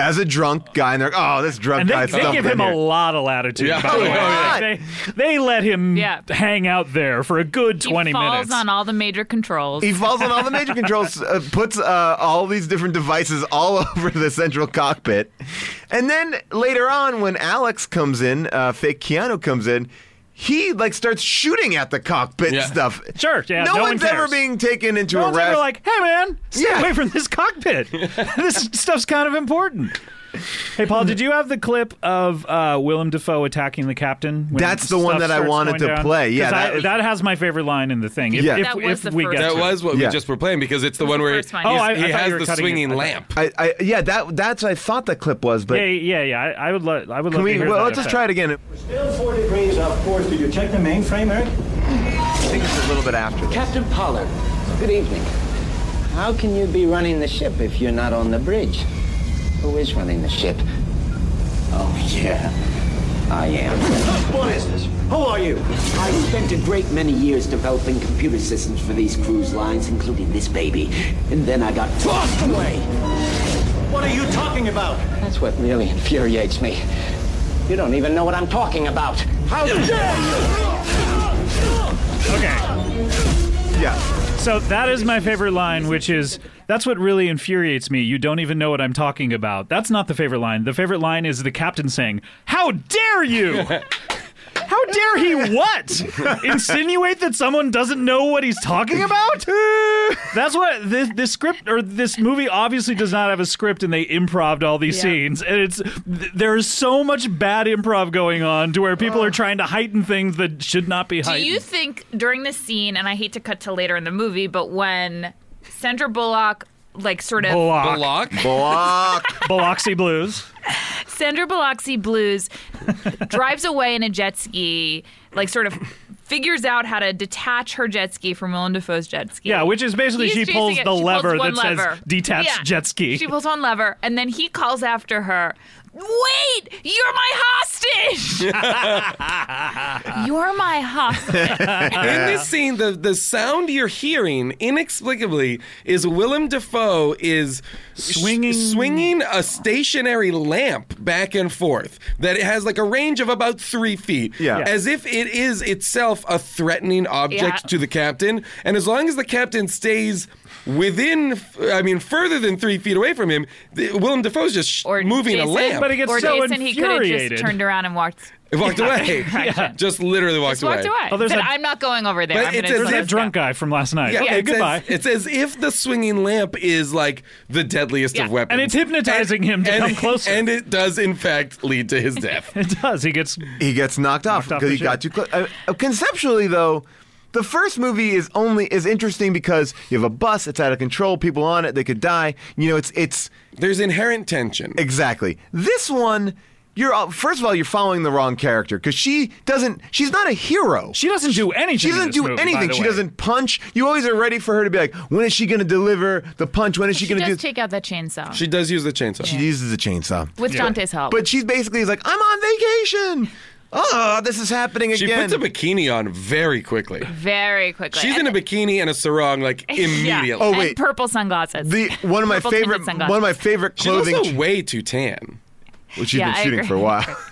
as a drunk guy, and they're like, "Oh, this drunk
And they,
guy."
they give him a lot of latitude.
Yeah.
by the
Oh,
way.
yeah.
They, they let him
Yeah.
hang out there for a good
He
20
falls
minutes.
on all the major controls.
He falls on all the major controls, uh, puts uh, all these different devices all over the central cockpit, and then later on, when Alex comes in, uh, fake Keanu comes in, he like starts shooting at the cockpit
Yeah.
stuff.
Sure, yeah,
No,
no one
one's ever
cares.
being taken into
No
a
one's
rest.
ever like, hey man, stay
Yeah.
away from this cockpit. this stuff's kind of important. Hey Paul, did you have the clip of uh, Willem Dafoe attacking the captain? when
That's the one
stuff
that I
starts
wanted
going
to
down?
play. Yeah,
'Cause I-
that was-
that has my favorite line in the thing. If,
Yeah.
if,
That was
if
the
we
first
get
one.
That
to it.
was what
Yeah.
we just were playing because it's the one
the
where
first one.
he-
Oh,
I- I
he
thought you were
has the
cutting it.
swinging
I thought-
lamp.
I, I, yeah, that that's what I thought the clip was, but
Yeah, yeah, yeah. I, I would love. I
Can
would love to
we-
hear
well,
that
let's just
effect.
try it again.
Still four degrees off course. Did you check the mainframe, Eric?
I think it's a little bit after.
Captain Pollard, good evening. How can you be running the ship if you're not on the bridge? Who is running the ship? Oh, yeah, I am.
What is this? Who are you?
I spent a great many years developing computer systems for these cruise lines, including this baby. And then I got tossed away.
What are you talking about?
That's what really infuriates me. You don't even know what I'm talking about. How
Okay.
Yeah.
So that is my favorite line, which is that's what really infuriates me. You don't even know what I'm talking about. That's not the favorite line. The favorite line is the captain saying, "How dare you!" How dare he what? Insinuate that someone doesn't know what he's talking about? That's what this, this script or this movie obviously does not have a script and they improved all these
Yeah.
scenes. And it's th- there is so much bad improv going on to where people are trying to heighten things that should not be
Do
heightened.
you think during this scene, and I hate to cut to later in the movie, but when Sandra Bullock, like sort of
Block.
Block.
Block.
Biloxi Blues.
Sandra Biloxi Blues drives away in a jet ski, like sort of figures out how to detach her jet ski from Willem Dafoe's jet ski.
Yeah, which is basically
He's
she
chasing
pulls
it.
the
She
lever
one
that says
lever.
detached
Yeah.
jet ski.
She pulls one lever, and then he calls after her. Wait, you're my hostage. you're my hostage.
In this scene, the, the sound you're hearing inexplicably is Willem Dafoe is sh-
Swinging-
swinging a stationary lamp back and forth that it has like a range of about three feet.
Yeah.
As if it is itself a threatening object
Yeah.
to the captain. And as long as the captain stays within, f- I mean, further than three feet away from him, the, Willem Dafoe's just sh-
Or
moving
Jason-
a lamp.
But it gets
or
so
Jason, he could have
infuriated.
just turned around and walked.
He walked away.
Yeah.
Just literally walked
Just walked away.
Oh, there's
Said,
a-
I'm not going over there.
But
I'm
it
gonna
says
do
There's
Yeah.
that
this
drunk
now."
guy from last night.
Yeah,
okay,
it's,
goodbye.
As, it's as if the swinging lamp is like the deadliest
Yeah.
of weapons.
And it's hypnotizing him to
and,
come closer.
And it does, in fact, lead to his death.
it does. He gets
he gets knocked off
Knocked
because
off the
he got too close.
ship.
Uh, uh, conceptually, though, the first movie is only is interesting because you have a bus; it's out of control. People on it; they could die. You know, it's it's
There's inherent tension.
exactly this one. You're all- first of all, you're following the wrong character because she doesn't. She's not a hero.
she doesn't do anything.
She
in
doesn't
this
do
movie, by
anything.
the
She
way.
doesn't punch. You always are ready for her to be like, when is she going to deliver the punch? When is she,
She
going to do?
does take out that chainsaw
She does use the chainsaw.
she uses a chainsaw.
with Dante's help.
But she's basically is like, I'm on vacation. oh, this is happening
She
again.
puts a bikini on very quickly.
very quickly.
She's in a bikini and a sarong like
Yeah.
immediately.
Oh,
And
wait.
purple sunglasses.
the one of my
Purple tinted
favorite one
sunglasses.
of my favorite
She's
clothing
also way too tan.
which you've
Yeah,
been
I
shooting
agree.
for a while.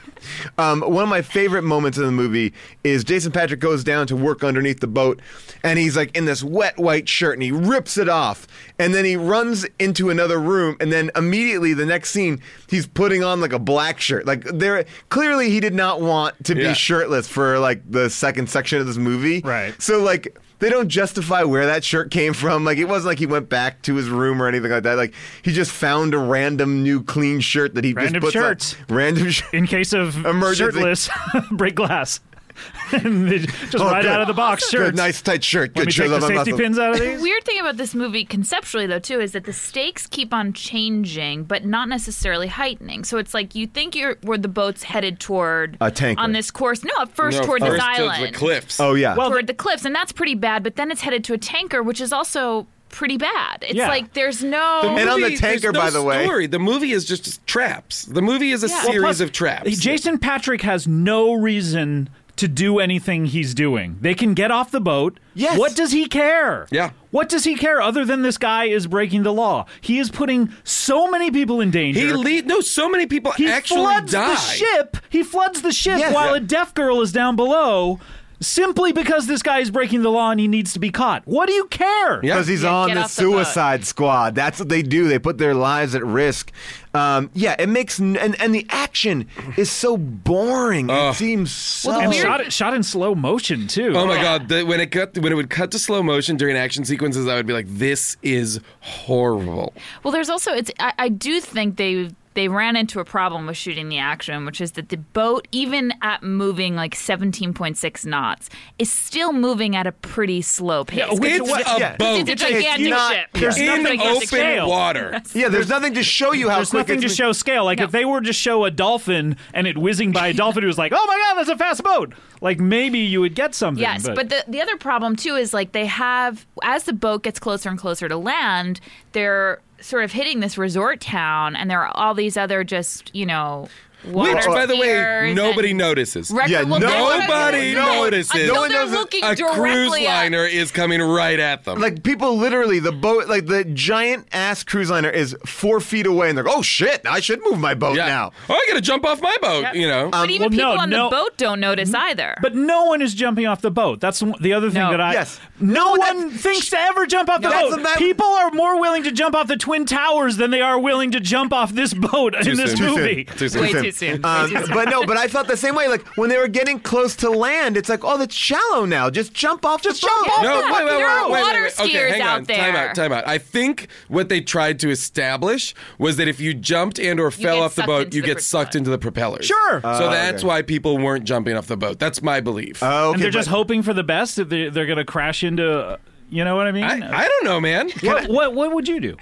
Um, one of my favorite moments in the movie is Jason Patrick goes down to work underneath the boat, and he's like in this wet white shirt, and he rips it off, and then he runs into another room, and then immediately the next scene he's putting on like a black shirt. Like there, clearly he did not want to
Yeah.
be shirtless for like the second section of this movie,
Right.
So like. They don't justify where that shirt came from. Like it wasn't like he went back to his room or anything like that. Like he just found a random new clean shirt that he just
Random
puts on-
shirts.
Random shirts.
in case of
Emergency.
shirtless break glass. And they just
Oh,
right
good.
out of the box
Good,
shirts.
nice tight shirt.
Let
Good
me
shirt.
take the
I'm not-
safety pins out of
The
these.
weird thing about this movie conceptually though too is that the stakes keep on changing but not necessarily heightening so it's like you think you're where the boat's headed toward
A tanker.
on this course no at first
No,
toward
first
this
to
island
the cliffs.
Oh yeah.
Well,
toward the cliffs and that's pretty bad but then it's headed to a tanker which is also pretty bad it's
Yeah.
like there's no
And on the
Movie-
tanker,
there's no
by the way.
story. the movie is just traps. The movie is a
Yeah. Well,
series
Plus,
of traps.
Jason Patrick has no reason to do anything he's doing. They can get off the boat.
Yes.
What does he care?
Yeah.
What does he care other than this guy is breaking the law? He is putting so many people in danger.
he lead no. So many people
He
actually
floods
die.
the ship. He floods the ship
Yes.
while
Yeah.
a deaf girl is down below simply because this guy is breaking the law and he needs to be caught. What do you care?
Yeah.
because he's
Yeah,
on
get
the
off the boat.
suicide squad. That's what they do. They put their lives at risk. Um, yeah, it makes n- and and the action is so boring. it seems so.
Well, the
And
weird-
shot, shot in slow motion, too.
Oh my god! The, when it cut, when it would cut to slow motion during action sequences, I would be like, "This is horrible."
well there's also it's i, I do think they they ran into a problem with shooting the action, which is that the boat, even at moving like 17.6 knots, is still moving at a pretty slow pace.
Yeah, which-
It's
what-
a
yeah.
boat
It's a gigantic
It's not-
ship.
yeah.
There's
in
nothing to
open
scale.
water.
yeah, there's nothing to show you how
There's
quick
nothing to
it's
show scale. Like if they were to show a dolphin and it whizzing by a dolphin who was like, "Oh my god, that's a fast boat!" Like maybe you would get something.
Yes, but, the, the other problem too is like they have as the boat gets closer and closer to land, they're sort of hitting this resort town, and there are all these other just you know.
Which,
water
by the way,
skiers
nobody
and
notices.
Record,
Yeah,
well, that's what I'm
Nobody
saying. No,
notices.
Until
No one
they're
knows that
looking
a cruise
directly at-
liner is coming right at them.
like people literally the boat like the giant ass cruise liner is four feet away and they're like, oh shit, I should move my boat
yeah.
now.
Oh, I gotta jump off my boat. You know.
But even
Um, well,
people
no,
on
no.
the boat don't notice either.
But no one is jumping off the boat. That's the- the other thing
No.
that I.
Yes.
No,
No,
one
that's-
thinks to ever jump off the
That's
boat.
about-
People are more willing to jump off the twin towers than they are willing to jump off this boat in this
soon. Too soon.
movie.
Too soon.
Way too soon.
Um, but no, but I felt the same way. Like when they were getting close to land, it's like, oh, that's shallow now. Just jump off. Just the
jump
boat.
off
No,
Yeah,
wait, wait,
there
wait,
are
wait,
water
wait, wait.
skiers
Okay, hang
out
on. Time
there.
out, time out. I think what they tried to establish was that if you jumped and or fell
get
off the
sucked
boat,
into
you
the
get sucked
propeller.
into the propellers.
Sure.
so that's why people weren't jumping off the boat. That's my belief.
Oh, okay,
and they're just
but-
hoping for the best that they're, they're going to crash into. uh, You know what I mean?
I, I don't know, man.
what, what what would you do?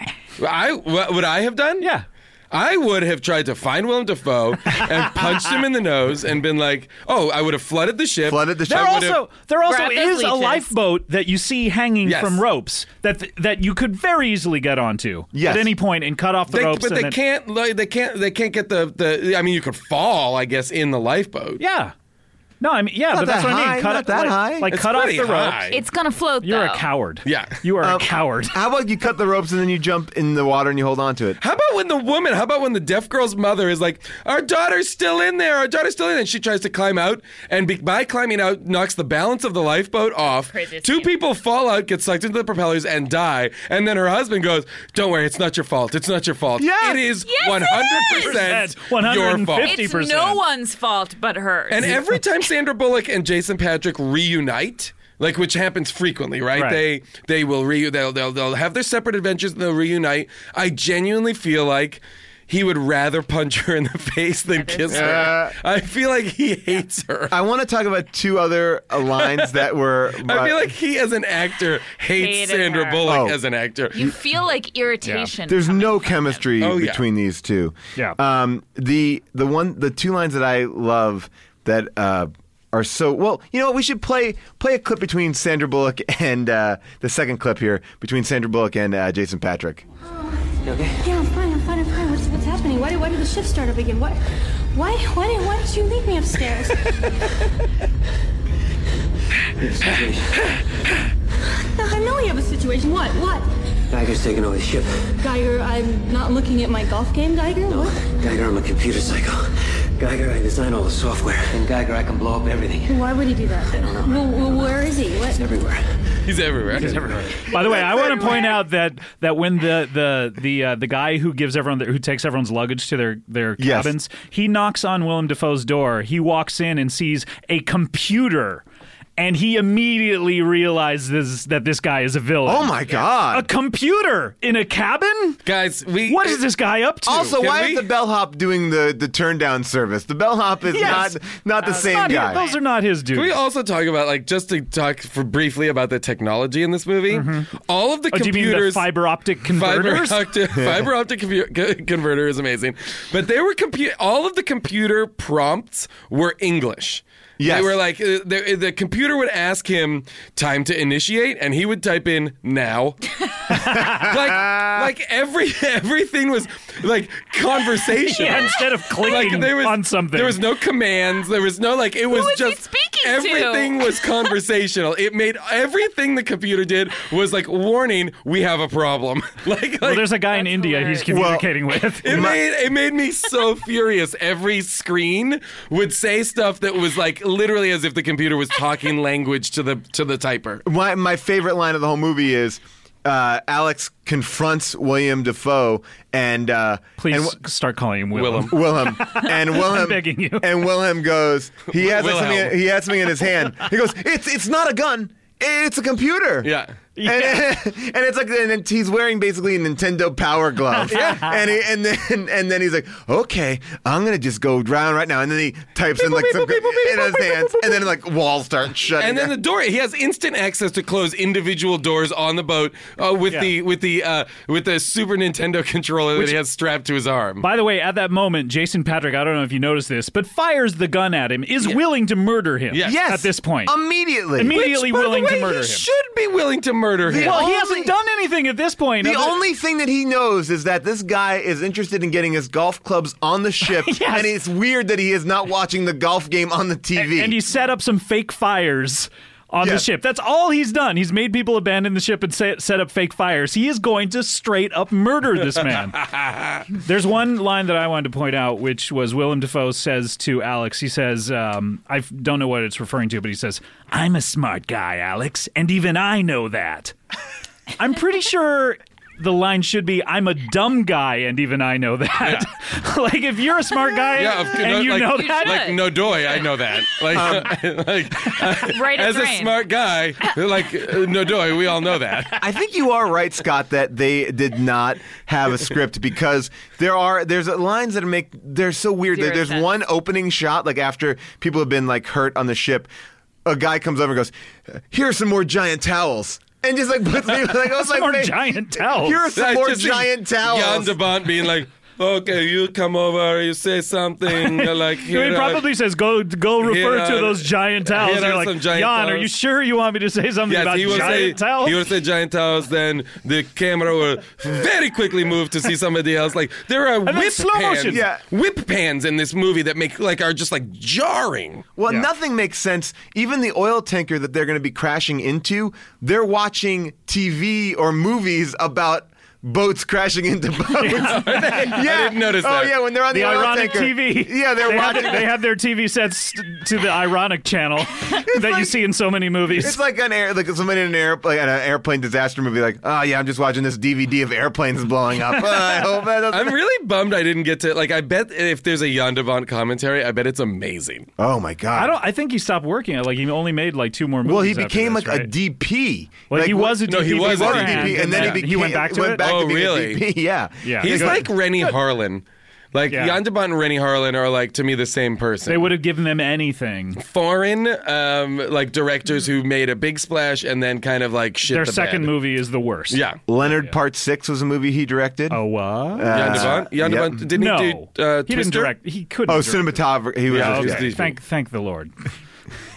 I what would I have done?
Yeah.
I would have tried to find Willem Dafoe and punched him in the nose and been like, "Oh, I would have flooded the ship."
Flooded the ship.
There
I would have-
also there also
Grab those
is a
leeches.
lifeboat that you see hanging
Yes.
from ropes that th- that you could very easily get onto
Yes.
at any point and cut off the
They,
ropes.
but
and
they
then-
can't. like, They can't. They can't get the, the. I mean, you could fall, I guess, in the lifeboat.
Yeah. No, I mean yeah, but that's
that
what I
high,
mean. Cut
not
up-
that
like,
high.
like
It's
cut off
pretty
the ropes.
high.
it's gonna float.
You're
though.
a coward.
Yeah. Um,
You are a coward.
How about you cut the ropes and then you jump in the water and you hold on to it?
How about when the woman, how about when the deaf girl's mother is like, our daughter's still in there, our daughter's still in there, and she tries to climb out, and be- by climbing out, knocks the balance of the lifeboat off.
Crazy
Two
scene.
people fall out, get sucked into the propellers, and die. And then her husband goes, don't worry, it's not your fault, it's not your fault.
Yeah.
It is
Yes, it
100%
is. 150%.
your fault.
It's
50%.
no one's fault but hers.
And every time Sandra Bullock and Jason Patrick reunite, like which happens frequently, right?
Right.
They they will re they'll, they'll they'll have their separate adventures and they'll reunite. I genuinely feel like he would rather punch her in the face than kiss her. I feel like he hates her. I,
I want to talk about two other uh, lines that were.
feel like he, as an actor, hates
Hated
Sandra
her.
Bullock
Oh.
as an actor.
you feel like irritation.
There's no chemistry
Oh, yeah.
between these two.
Yeah.
Um, the the one the two lines that I love that uh, are so well. You know what? We should play play a clip between Sandra Bullock and uh, the second clip here between Sandra Bullock and uh, Jason Patrick.
Yeah, I'm fine. I'm fine. I'm fine. What's, what's happening? Why did, why did the shift start up again? What Why, why, did, why did you leave me upstairs? no, I know we have a situation. What? What?
Geiger's taking over the ship.
Geiger, I'm not looking at my golf game, Geiger? What?
Geiger, I'm a computer psycho. Geiger, I design all the software. And Geiger, I can blow up everything.
Why would he do that? I
don't know.
where is he? What?
Everywhere.
He's everywhere. He's everywhere.
By the way, I want to point out that that when the the the uh, the guy who gives everyone who takes everyone's luggage to their their
Yes.
cabins, he knocks on Willem Dafoe's door. He walks in and sees a computer, and he immediately realizes that this guy is a villain.
Oh my
A
god.
computer in a cabin?
Guys, we
What is this guy up to?
Also,
Can
why
we-
is the bellhop doing the the turn down service? The bellhop is
Yes.
not
Uh,
not the same
Not his-
guy.
those are not his dudes.
Can we also talk about like just to talk for briefly about the technology in this movie? All of the
oh, do you mean the
computers.
fiber optic
Fiber
converters?
optic, fiber optic compu- co- converter is amazing, but they were compu- all of the computer prompts were English.
Yes.
They were like uh, the, the computer would ask him time to initiate, and he would type in now. like like every everything was like conversation.
Yeah, instead of clicking on something.
There was no commands. There was no like. It was
was he
just
speaking to?
everything was conversational. it made everything the computer did was like warning. We have a problem. like, like
well, there's a guy in
That's
India he's
hilarious.
communicating with.
it made it made me so furious. Every screen would say stuff that was like literally as if the computer was talking language to the to the typer.
my my favorite line of the whole movie is uh, Alex confronts William Defoe and uh,
Please
and
start calling him Willem.
Willem.
Willem and Willem
begging you.
and Willem goes he has like,
Wilhelm.
something he has something in his hand he goes it's it's not a gun it's a computer
Yeah.
Yeah.
And, and it's like and it's- he's wearing basically a Nintendo Power Glove yeah and he, and then and then he's like okay I'm gonna just go down right now and then he types in like some in his hands and then like walls start shutting
And then the
down.
door he has instant access to close individual doors on the boat uh, with
Yeah.
the with the uh, with the Super Nintendo controller that he has strapped to his arm.
By the way, at that moment, Jason Patrick, I don't know if you noticed this, but fires the gun at him, is willing to murder him
Yes.
yes
at this point.
immediately
Immediately
By the
willing
way,
to murder
he
him.
should be willing to murder him.
well, he
only-
hasn't done anything at this point.
The
other-
only thing that he knows is that this guy is interested in getting his golf clubs on the ship,
Yes.
and it's weird that he is not watching the golf game on the TV.
And he set up some fake fires on
Yeah.
the ship. That's all he's done. He's made people abandon the ship and set, set up fake fires. He is going to straight up murder this man. There's one line that I wanted to point out, which was Willem Dafoe says to Alex, he says, um, I f- don't know what it's referring to, but he says, I'm a smart guy, Alex, and even I know that. I'm pretty sure. The line should be, "I'm a dumb guy, and even I know that." like, if you're a smart guy
Yeah, of-
and
no,
you
like-
know
You
that, Um,
should.
like no doy, I know that. Like, like
Right
as
as
a smart guy, like uh, no doy, we all know that.
I think you are right, Scott, that they did not have a script because there are there's lines that make they're so weird.
Zero
there's
sense.
one opening shot like after people have been like hurt on the ship, a guy comes over and goes, "Here are some more giant towels." And just like puts me like I was like,
Some more
"Wait,
giant towels."
Here are some
I
more
just see
giant
Jan
towels.
de Bont being like, okay, you come over, you say something, you're like
he
here, uh,
probably says, "Go, go, refer
here
to
are-
those giant towels."
here
And You're
are
like,
some giant
Jan, are
towels."
you sure you want me to say something
Yes,
about
he will say
giant towels?
he will say giant towels. Then the camera will very quickly move to see somebody else. Like there are
then
whip
slow
pans,
motion.
Yeah.
whip pans in this movie that make like are just like jarring.
Well,
Yeah.
nothing makes sense. Even the oil tanker that they're going to be crashing into, they're watching TV or movies about boats crashing into boats. yeah.
didn't notice
oh,
that.
yeah, when they're on the,
the
oil
ironic
tanker.
TV.
Yeah, they're
they have-
watching.
they have their TV sets to the ironic channel that you
like-
see in so many movies.
It's like an air, like somebody in an airplane, an airplane disaster movie. Like, oh yeah, I'm just watching this DVD of airplanes blowing up. Uh, I hope that doesn't.
I'm really bummed I didn't get to like. I bet if there's a Jan de Bont commentary, I bet it's amazing.
oh my god!
I don't. I think he stopped working. Like he only made like two more movies.
Well, he
after
became
this,
like a
right?
DP.
Well,
like,
he
what-
was a
No, he
DP
was a DP,
beforehand,
DP, and then he, became,
went back to it.
to
Oh,
being a
really?
DP, Yeah,
Yeah.
He's
Good.
like Rennie Harlan. Like
Yeah.
Jan de Bont and Rennie Harlan are like to me the same person.
they would have given them anything.
foreign um, like directors who made a big splash and then kind of like shit
Their
the
second
bed.
movie is the worst.
Yeah.
Leonard Part Six was a movie he directed.
Oh what?
Jan de Bont? Jan de
yep.
Bont didn't
no,
he do uh,
he didn't
Twister?
direct. He couldn't.
Oh,
direct.
cinematography. He was.
Yeah,
Yeah,
okay.
okay.
Disney.
Thank, thank the Lord.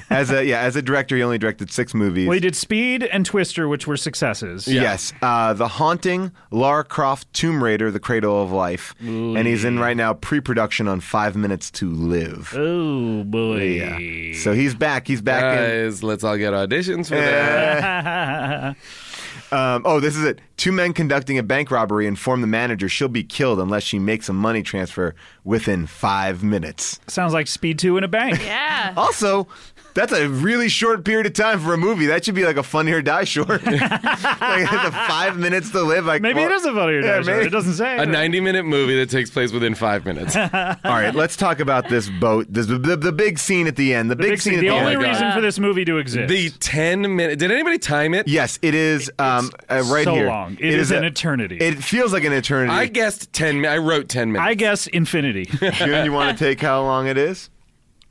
as a yeah, as a director, he only directed six movies.
Well, he did Speed and Twister, which were successes.
Yes, uh, The Haunting, Lara Croft, Tomb Raider, The Cradle of Life, and he's in right now pre-production on Five Minutes to Live.
Oh boy.
Yeah. So he's back. He's back in.
Guys, let's all get auditions for that.
Um, oh, this is it. Two men conducting a bank robbery inform the manager she'll be killed unless she makes a money transfer within five minutes.
Sounds like Speed Two in a bank.
Yeah.
Also, that's a really short period of time for a movie. That should be like a fun or die short. like the five minutes to live. Like
Maybe
well-
it is a funny yeah,
maybe.
It doesn't say.
A 90 minute movie that takes place within five minutes.
All right, let's talk about this boat. This, the, the big scene at the end. The, big,
Big
scene
scene.
at
The
the
only
end.
God.
reason for this movie to exist.
the 10 minute. Did anybody time it?
Yes, it is um, uh, right
so
here.
long. It is an eternity.
It feels like an eternity.
I guessed 10 mi- I wrote 10 minutes.
I guess infinity.
June, you want to take how long it is?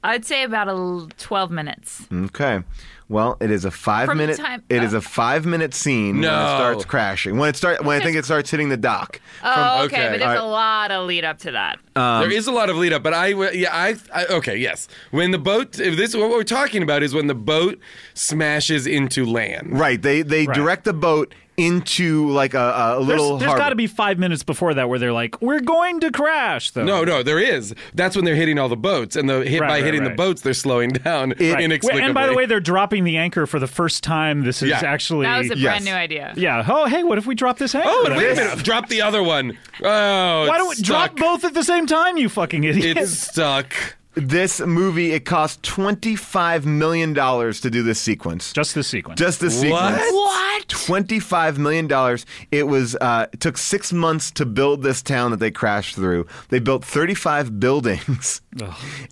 I'd say about a l- 12 minutes.
Okay. Well, it is a five
From the
minute.
time-
It is a five minute scene when it
No.
starts crashing. When it start, when I think it starts hitting the dock.
Oh, okay,
okay,
but there's
all right.
a lot of lead up to that.
Um,
there is a lot of lead up, but I, w- yeah, I, I, okay, yes. When the boat, if this, what we're talking about is when the boat smashes into land.
Right. They they
Right.
direct the boat into like a, a
there's
little.
there's
harbor.
got to be five minutes before that where they're like, "We're going to crash." Though.
No, no, there is. That's when they're hitting all the boats, and the hit
Right,
by
right,
hitting
right.
the boats, they're slowing down
Right.
inexplicably.
And by the way, they're dropping the anchor for the first time. This is
Yeah.
actually.
That was a
yes.
brand new idea.
yeah. Oh, hey, what if we drop this anchor?
oh, and wait a
This-
minute, drop the other one. Oh,
Why
it's
don't we
stuck.
drop both at the same time, you fucking idiot?
It's stuck.
This movie it cost twenty five million dollars to do this sequence.
Just this sequence.
Just this
What?
sequence.
What?
$25 million. It was uh, it took six months to build this town that they crashed through. They built 35 buildings.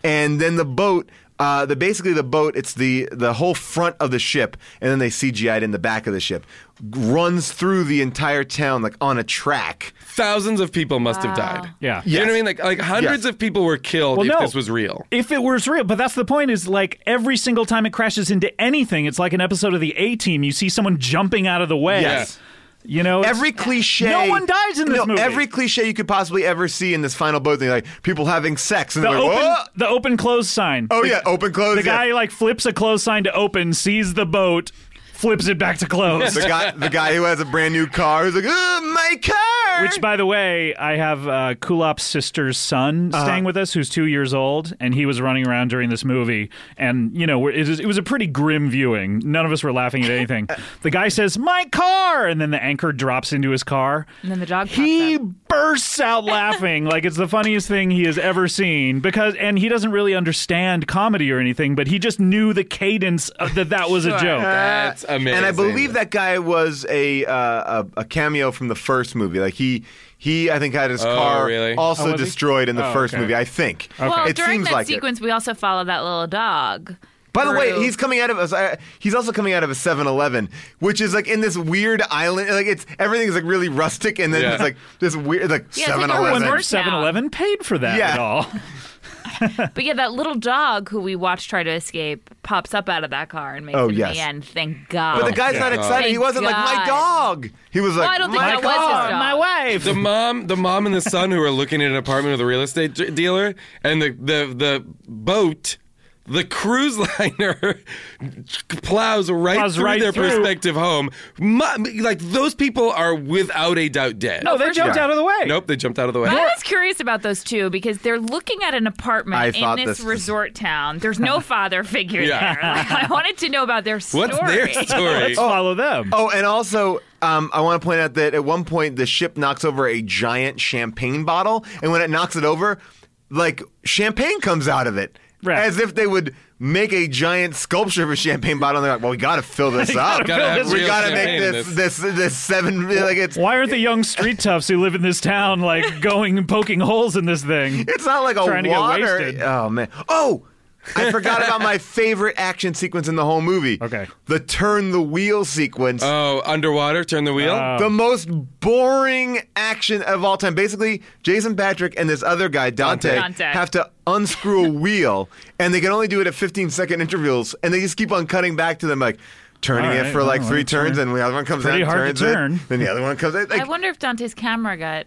And then the boat. Uh, the basically the boat, it's the the whole front of the ship, and then they CGI'd in the back of the ship, g- runs through the entire town like on a track.
Thousands of people must have died.
Yeah.
You know what
Yes.
I mean? Like, like hundreds
Yes.
of people were killed
Well,
if
no. Uh,
this was real.
If it was real, but that's the point is like every single time it crashes into anything, it's like an episode of the A Team. You see someone jumping out of the way.
Yes.
You know, it's-
Every cliche.
No one dies in this
no,
movie.
Every cliche you could possibly ever see in this final boat thing, like people having sex and
the
they're
open,
like, "Whoa!"
the open close sign.
oh yeah, open close.
the
yeah.
guy like flips a close sign to open, sees the boat, flips it back to close.
the guy, the guy who has a brand new car, who's like, "Ugh, my car."
Which, by the way, I have uh, Kulop's sister's son staying with us, who's two years old, and he was running around during this movie. And you know, we're- it was, it was a pretty grim viewing. None of us were laughing at anything. the guy says, "My car," and then the anchor drops into his car.
And then the dog pops
He
up.
bursts out laughing like it's the funniest thing he has ever seen because, and he doesn't really understand comedy or anything, but he just knew the cadence of that that was a
Sure.
joke.
That's amazing.
and I believe that guy was a, uh, a a cameo from the first movie. Like he he, I think had his car
really?
also
Oh, was he?
destroyed in the
Oh,
first
okay.
movie. I think.
Well,
It
during
seems
that
like it.
sequence, we also follow that little dog.
By the way,
through-
he's coming out of a, uh, he's also coming out of a 7-Eleven, which is like in this weird island. Like it's everything's like really rustic, and then
Yeah.
it's like this weird like
Yeah, it's like oh,
7-Eleven.
everyone
Wonder
works now.
7 Eleven paid for that
Yeah.
at all.
But yeah, that little dog who we watch try to escape pops up out of that car and makes
Oh,
it in
yes.
the end. Thank God.
but the guy's not
Thank
excited. He wasn't like my
Oh God.
dog. He was like
I don't think
my
that was his
car."
dog.
My wife.
The mom, the mom and the son who are looking at an apartment with a real estate d- dealer, and the the the boat, the cruise liner, plows right
Plows
through
right
their
through.
prospective home. Mu- like those people are without a doubt dead.
No, Oh, they jumped
Yeah.
out of the way.
nope, they jumped out of the way.
I was curious about those two because they're looking at an apartment
I
in
thought
this,
this-
resort town. There's no father figure
Yeah.
there. Like, I wanted to know about their story.
What's their story?
Let's follow them.
Oh, and also, um, I want to point out that at one point the ship knocks over a giant champagne bottle, and when it knocks it over, like champagne comes out of it,
Right.
as if they would make a giant sculpture of a champagne bottle. And they're like, "Well, we got to fill this up.
Gotta have
we
real
got to make
champagne in
this this this seven like it's."
Why aren't the young street toughs who live in this town like going and poking holes in this thing?
It's not like a
Trying to get
water.
wasted.
Oh man. Oh, I forgot about my favorite action sequence in the whole movie.
Okay.
The turn the wheel sequence.
Oh, underwater, turn the wheel.
Oh. Um,
the most boring action of all time. Basically, Jason Patrick and this other guy, Dante,
Dante.
have to unscrew a wheel, and they can only do it at 15 second intervals, and they just keep on cutting back to them, like turning
All
it
right,
for like
well,
three
it's turn-
turns, and the other one comes
pretty
out and
hard
turns
to turn.
it, then the other one comes out.
I
Like,
wonder if Dante's camera got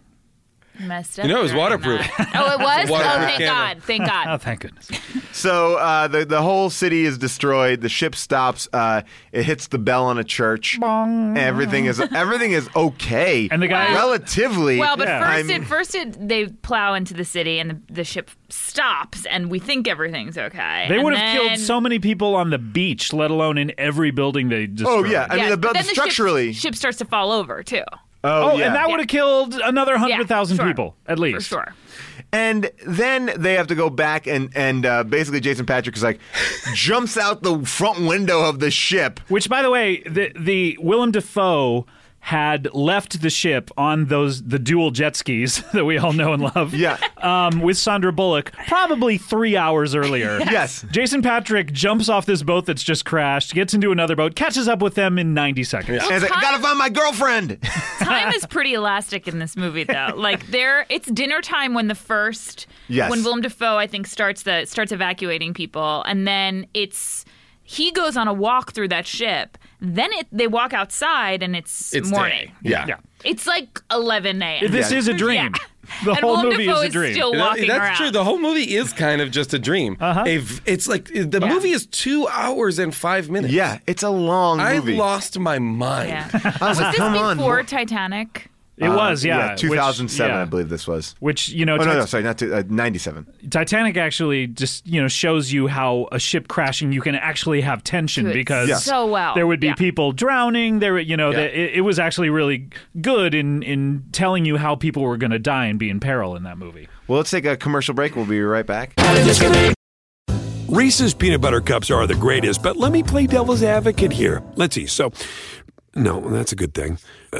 messed up.
know, it was
during
waterproof.
that. Oh, it was? oh,
Waterproof
thank
camera.
God. Thank
Oh,
God.
thank goodness.
So uh, the the whole city is destroyed. The ship stops. Uh, it hits the bell on a church. Everything is everything is okay.
And the guy-
relatively.
Well, but
Yeah.
first,
I'm-
it, first it, they plow into the city and the, the ship stops, and we think everything's okay.
They
And
would have
then-
killed so many people on the beach, let alone in every building they
oh
destroyed.
yeah, I mean
Yes,
the
but
bell
then the ship-
structurally.
ship, starts to fall over too.
oh,
Uh,
Oh,
yeah.
and that would have killed another
Yeah,
100,000
sure.
people, at least.
For sure.
And then they have to go back and and uh, basically Jason Patrick is like jumps out the front window of the ship.
Which, by the way, the the Willem Dafoe had left the ship on those the dual jet skskis that we all know and love.
Yeah.
um, with Sandra Bullock, probably three hours earlier.
Yes.
Jason Patrick jumps off this boat that's just crashed, gets into another boat, catches up with them in 90 seconds.
And it's like, I gotta find my girlfriend.
Time is pretty elastic in this movie, though. Like there, it's dinner time when the first
Yes.
when Willem Dafoe I think starts the starts evacuating people, and then it's he goes on a walk through that ship. Then it they walk outside and it's,
It's
morning.
day. Yeah.
Yeah.
It's like 11 a.m.
This is a dream. The
and
whole
Willem
movie
Dafoe
is a dream.
still
That-
walking
That's
around.
true. The whole movie is kind of just a dream. Uh-huh. it's like the
Yeah.
movie is two hours and five minutes.
yeah, it's a long
I
movie.
lost my mind.
yeah.
I was, like,
This
come on. Uh,
before Titanic.
It was, Uh, yeah.
Yeah,
which-
2007,
yeah.
I believe this was.
Which, you know,
Oh no,
Tit-
no, sorry, not two, uh, 97.
Titanic actually just, you know, shows you how a ship crashing, you can actually have tension
Do it
because
so well.
there would be
Yeah.
people drowning. There, were- you know,
Yeah.
the, it, it was actually really good in, in telling you how people were going to die and be in peril in that movie.
Well, let's take a commercial break. We'll be right back.
Reese's peanut butter cups are the greatest, but let me play devil's advocate here. Let's see. So, no, that's a good thing. Uh,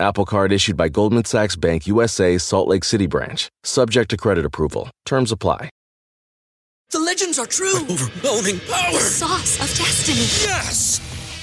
Apple Card issued by Goldman Sachs Bank USA Salt Lake City branch, subject to credit approval. Terms apply.
The legends are true.
Overwhelming power!
Sauce of destiny.
Yes!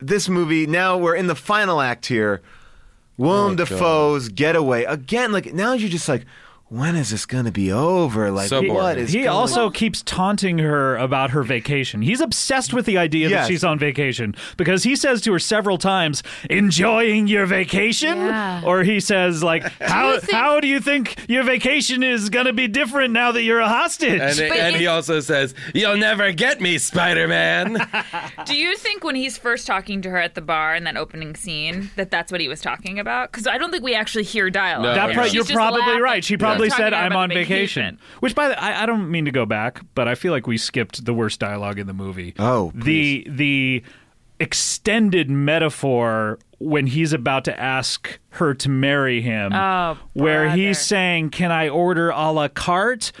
this movie now we're in the final act here. Willem
Oh,
Dafoe's getaway again. Like now you're just like, when is this gonna be over? Like
So
what
boring.
is
He
going-
also keeps taunting her about her vacation. He's obsessed with the idea
Yes.
that she's on vacation because he says to her several times, "Enjoying your vacation?"
Yeah.
Or he says like, "How
you think-
how do you think your vacation is going to be different now that you're a hostage?"
And,
But
and he
it-
also says, "You'll never get me, Spider-Man."
Do you think when he's first talking to her at the bar in that opening scene that that's what he was talking about? Because I don't think we actually hear dialogue.
No,
that
yeah.
pro-
She's
you're
just
probably
laughing.
right. She probably
Talking
said,
about
"I'm
the
on vacation." Which, by the, I, I don't mean to go back, but I feel like we skipped the worst dialogue in the movie.
Oh,
the the extended metaphor when he's about to ask her to marry him,
Oh,
where
brother.
he's saying, "Can I order a la carte?"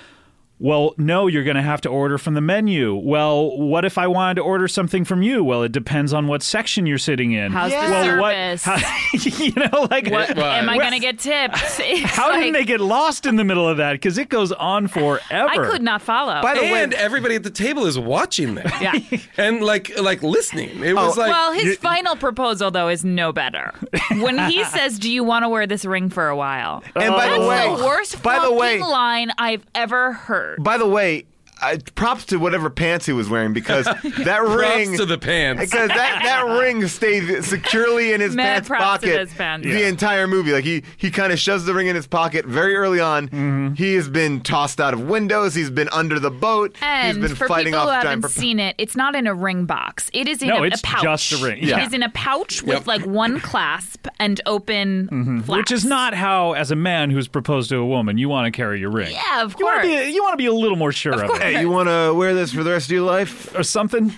Well, no, you're going to have to order from the menu. Well, what if I wanted to order something from you? Well, it depends on what section you're sitting in.
How's the
well,
service?
What, how- you know, like
What,
Well,
am I
well-
going to get tips?
how didn't they get lost in the middle of that? Because it goes on forever.
I could not follow.
By the
and
way,
everybody at the table is watching them.
Yeah.
and like like listening. It
Oh,
was like
well, his final proposal though is no better. When he says, "Do you want to wear this ring for a while?"
and by
That's
the way,
the worst
by the way,
fucking line I've ever heard.
by the way, I, props to whatever pants he was wearing because that ring
Props to the pants.
because that, that ring stayed securely in his
Mad
pants
props to
pocket
those pants.
the
Yeah.
entire movie. Like he he kind of shoves the ring in his pocket very early on. He has been tossed out of windows. He's been under the boat.
And
he's been
for
fighting
people
off
who
giant.
haven't
prop-
seen it, it's not in a ring box. It is in
No,
a,
it's
a pouch.
just a ring.
It
Yeah.
is in a pouch
Yep.
with like one clasp and open flaps.
Mm-hmm. Which is not how, as a man who's proposed to a woman, you want to carry your ring.
Yeah, of
You want
course.
to be, you wanna be a little more sure of, it.
Hey, you want to wear this for the rest of your life?
or something?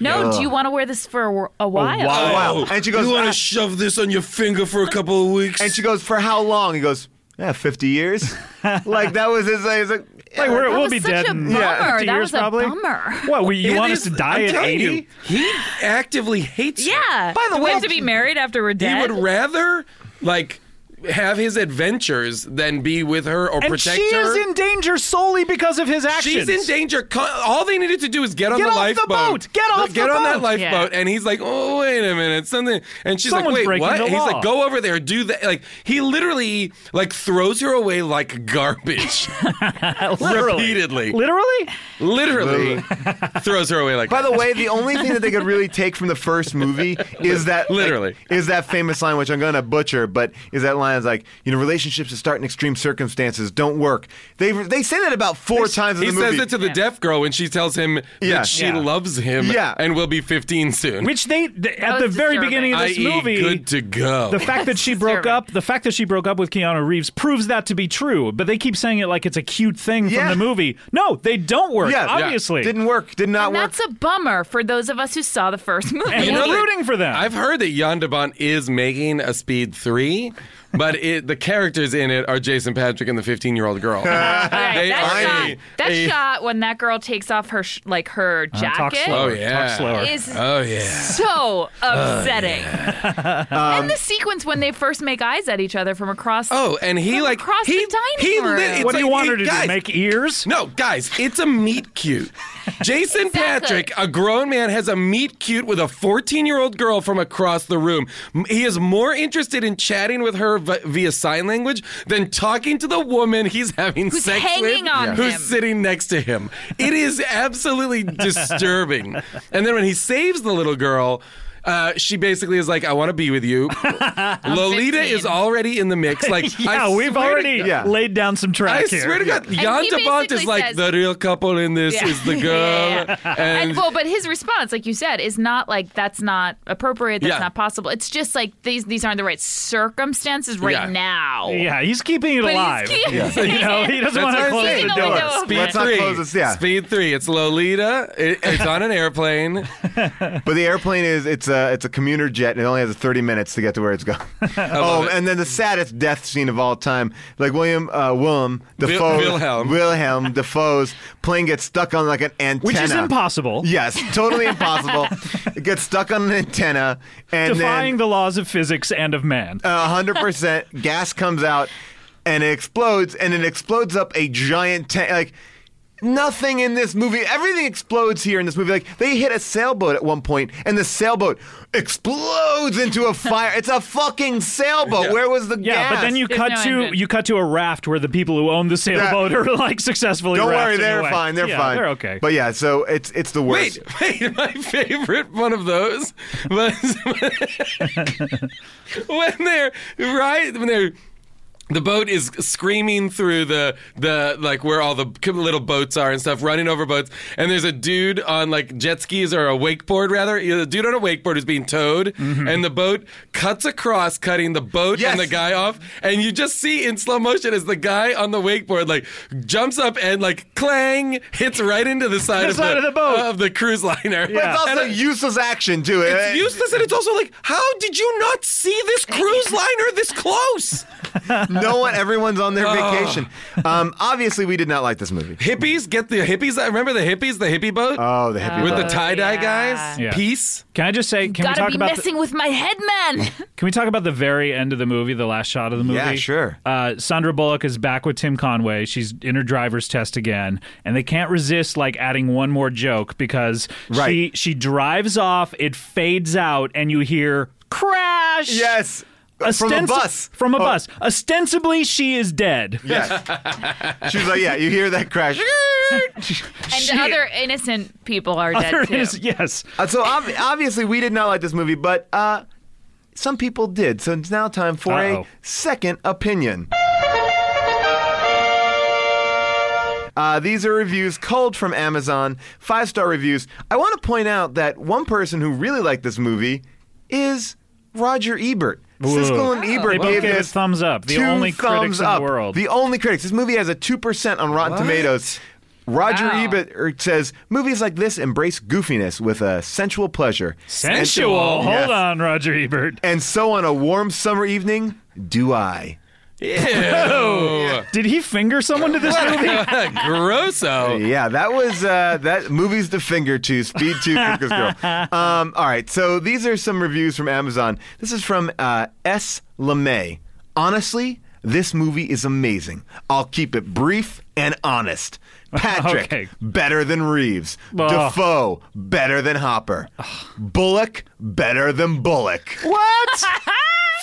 no,
Ugh.
do you want to wear this for a, wh- a while?
Oh, wow. And she goes,
You want
"Ah."
to shove this on your finger for a couple of weeks?
And she goes, "For how long?" He goes, "Yeah, fifty years." like that was his. He's like,
Like we're,
That
we'll
was
be
such
dead
a
in
bummer.
Yeah.
50
That
years
was a
probably.
bummer.
What? We, you
It
want
is-
us to die
I'm
at
telling
80?
you, he actively hates. her.
Yeah. By
the
do we
way-
have to be married after we're
He
dead.
would rather like have his adventures than be with her or
And she
protect her.
is in danger solely because of his actions.
She's in danger. Co- All they needed to do is get on
Get
the
off the
lifeboat.
boat. Get off the
Get on that
boat.
lifeboat.
Yeah.
And he's like, oh, wait a minute. Something. And she's
Someone's
like, wait,
breaking
what?
the
he's
law.
like, go over there. Do that. Like, he literally, like, throws her away like garbage. Repeatedly.
Literally?
Literally throws her away like
By the way, the only thing that they could really take from the first movie is that like,
Literally.
is that famous line, which I'm gonna butcher, but is that line is like, you know, relationships that start in extreme circumstances don't work. They they say that about four times in
He
the movie.
says it to the deaf girl when she tells him
Yeah.
that she
Yeah.
loves him
Yeah.
and will be 15 soon.
Which they, th- at the
was
very
disturbing.
beginning of this
I.e.
movie,
good to go.
the fact that she broke
disturbing.
up, the fact that she broke up with Keanu Reeves proves that to be true. But they keep saying it like it's a cute thing
Yeah.
from the movie. No, they don't work.
yeah,
obviously,
didn't work, did not
and
work.
that's a bummer for those of us who saw the first movie.
And
You know
we're
that-
rooting for them.
I've heard that Jan de Bont is making a Speed 3, but it, the characters in it are Jason Patrick and the 15 year old girl.
All right,
They
that
are
shot,
a-
that
a-
shot when that girl takes off her sh- like her
Uh, talk
jacket
slower.
Oh, yeah.
Talk slower.
is
Oh, yeah.
so upsetting. and the sequence when they first make eyes at each other from across.
Oh, and he,
from
like,
across
he-
the dining
he
room.
lit- it's
what do you
like,
want
hey,
her to
guys.
do? Make ears?
No, guys, it's a meet cute. Jason
Exactly.
Patrick, a grown man, has a meet cute with a 14 year old girl from across the room. M- He is more interested in chatting with her v- via sign language than talking to the woman he's having
Who's
sex
hanging
with,
on
who's
him.
sitting next to him. It is absolutely disturbing. And then when he saves the little girl, uh, she basically is like, I want to be with you. Lolita
15.
is already in the mix. Like,
Yeah,
I
we've
swear to
already
God-
Yeah.
laid down some
I
track here.
swear to God,
he
Jan de Bont is
basically
like
says-
the real couple in this
Yeah.
is the girl,
Yeah, yeah, yeah.
and,
And well, but his response, like you said, is not like that's not appropriate. That's
Yeah.
not possible. It's just like these these aren't the right circumstances right
Yeah.
now.
Yeah, he's keeping it
But he's
alive.
keeping- Yeah.
You know, he doesn't
That's
want
what
to
I'm
close
saying.
the
Keeping the
door.
window open.
Speed
Let's not
three.
close this, yeah.
Speed three. It's Lolita. It, it's on an airplane.
But the airplane is it's a it's a commuter jet and it only has 30 minutes to get to where it's going. oh,
love it.
and then the saddest death scene of all time, like William uh, Willem Defoe
Wilhelm.
Wilhelm Defoe's plane gets stuck on like an antenna,
Which is impossible.
Yes, totally impossible. it gets stuck on an antenna and
Defying
then
the laws of physics and of man.
uh, 100% gas comes out and it explodes and it explodes up a giant tank like nothing in this movie everything explodes here in this movie like they hit a sailboat at one point and the sailboat explodes into a fire it's a fucking sailboat where was the
yeah,
gas
but then you
There's
cut
no
to
engine.
you cut to a raft where the people who own the sailboat are like successfully.
don't worry
rafting
they're
away.
fine they're
Yeah,
fine
They're okay.
but yeah so it's it's the worst
Wait, wait. My favorite one of those was when they're right when they're. The boat is screaming through the the like where all the little boats are and stuff, running over boats. And there's a dude on like jet skis or a wakeboard rather. A dude on a wakeboard is being towed,
Mm-hmm.
and the boat cuts across, cutting the boat
Yes.
and the guy off. And you just see in slow motion as the guy on the wakeboard like jumps up and like clang hits right into the side,
The
of,
side
the,
of the boat.
of the cruise liner.
but it's also
uh,
And I-
useless action too it,
it's useless, and it's also like, how did you not see this cruise liner this close?
no one everyone's on their vacation um, obviously we did not like this movie
Hippies, get the hippies. I remember the hippies, the hippie boat
oh the hippie
with the
boat.
tie dye
yeah.
guys.
Yeah.
Peace.
can I just say? Can we
Gotta
talk
be
about? The,
messing with my head, man.
can we talk about the very end of the movie? The last shot of the movie.
Yeah, sure.
Uh, Sandra Bullock is back with Tim Conway. She's in her driver's test again, and they can't resist like adding one more joke because she
Right.
she drives off. It fades out, and you hear crash.
yes from
Ostensi-
the bus
From a
Oh,
bus. Ostensibly, she is dead.
Yes. she was like, yeah, you hear that crash.
hurt. and other innocent people are dead too.
yes.
Uh, so ob- obviously, we did not like this movie, but uh, some people did. So it's now time for
Uh-oh.
a second opinion. Uh, these are reviews culled from Amazon, five star reviews. I want to point out that one person who really liked this movie is Roger Ebert. Siskel and
Whoa.
Ebert
They both
gave
gave it
this
thumbs up. The
two
only critics
thumbs
in the
up.
world.
The only critics. This movie has a two percent on Rotten Tomatoes. Roger
Wow.
Ebert er, says movies like this embrace goofiness with a sensual pleasure.
Sensual. Hold
Yes.
on, Roger Ebert.
And so on a warm summer evening, do I.
Ew.
Did he finger someone to this movie?
Grosso.
Yeah, that was uh, that movie's the finger to speed to Cuckoo's Girl. Um, all right, so these are some reviews from Amazon. This is from uh, S. LeMay. Honestly, this movie is amazing. I'll keep it brief and honest. Patrick,
Okay.
better than Reeves.
Ugh.
Defoe, better than Hopper. Bullock, better than Bullock.
what?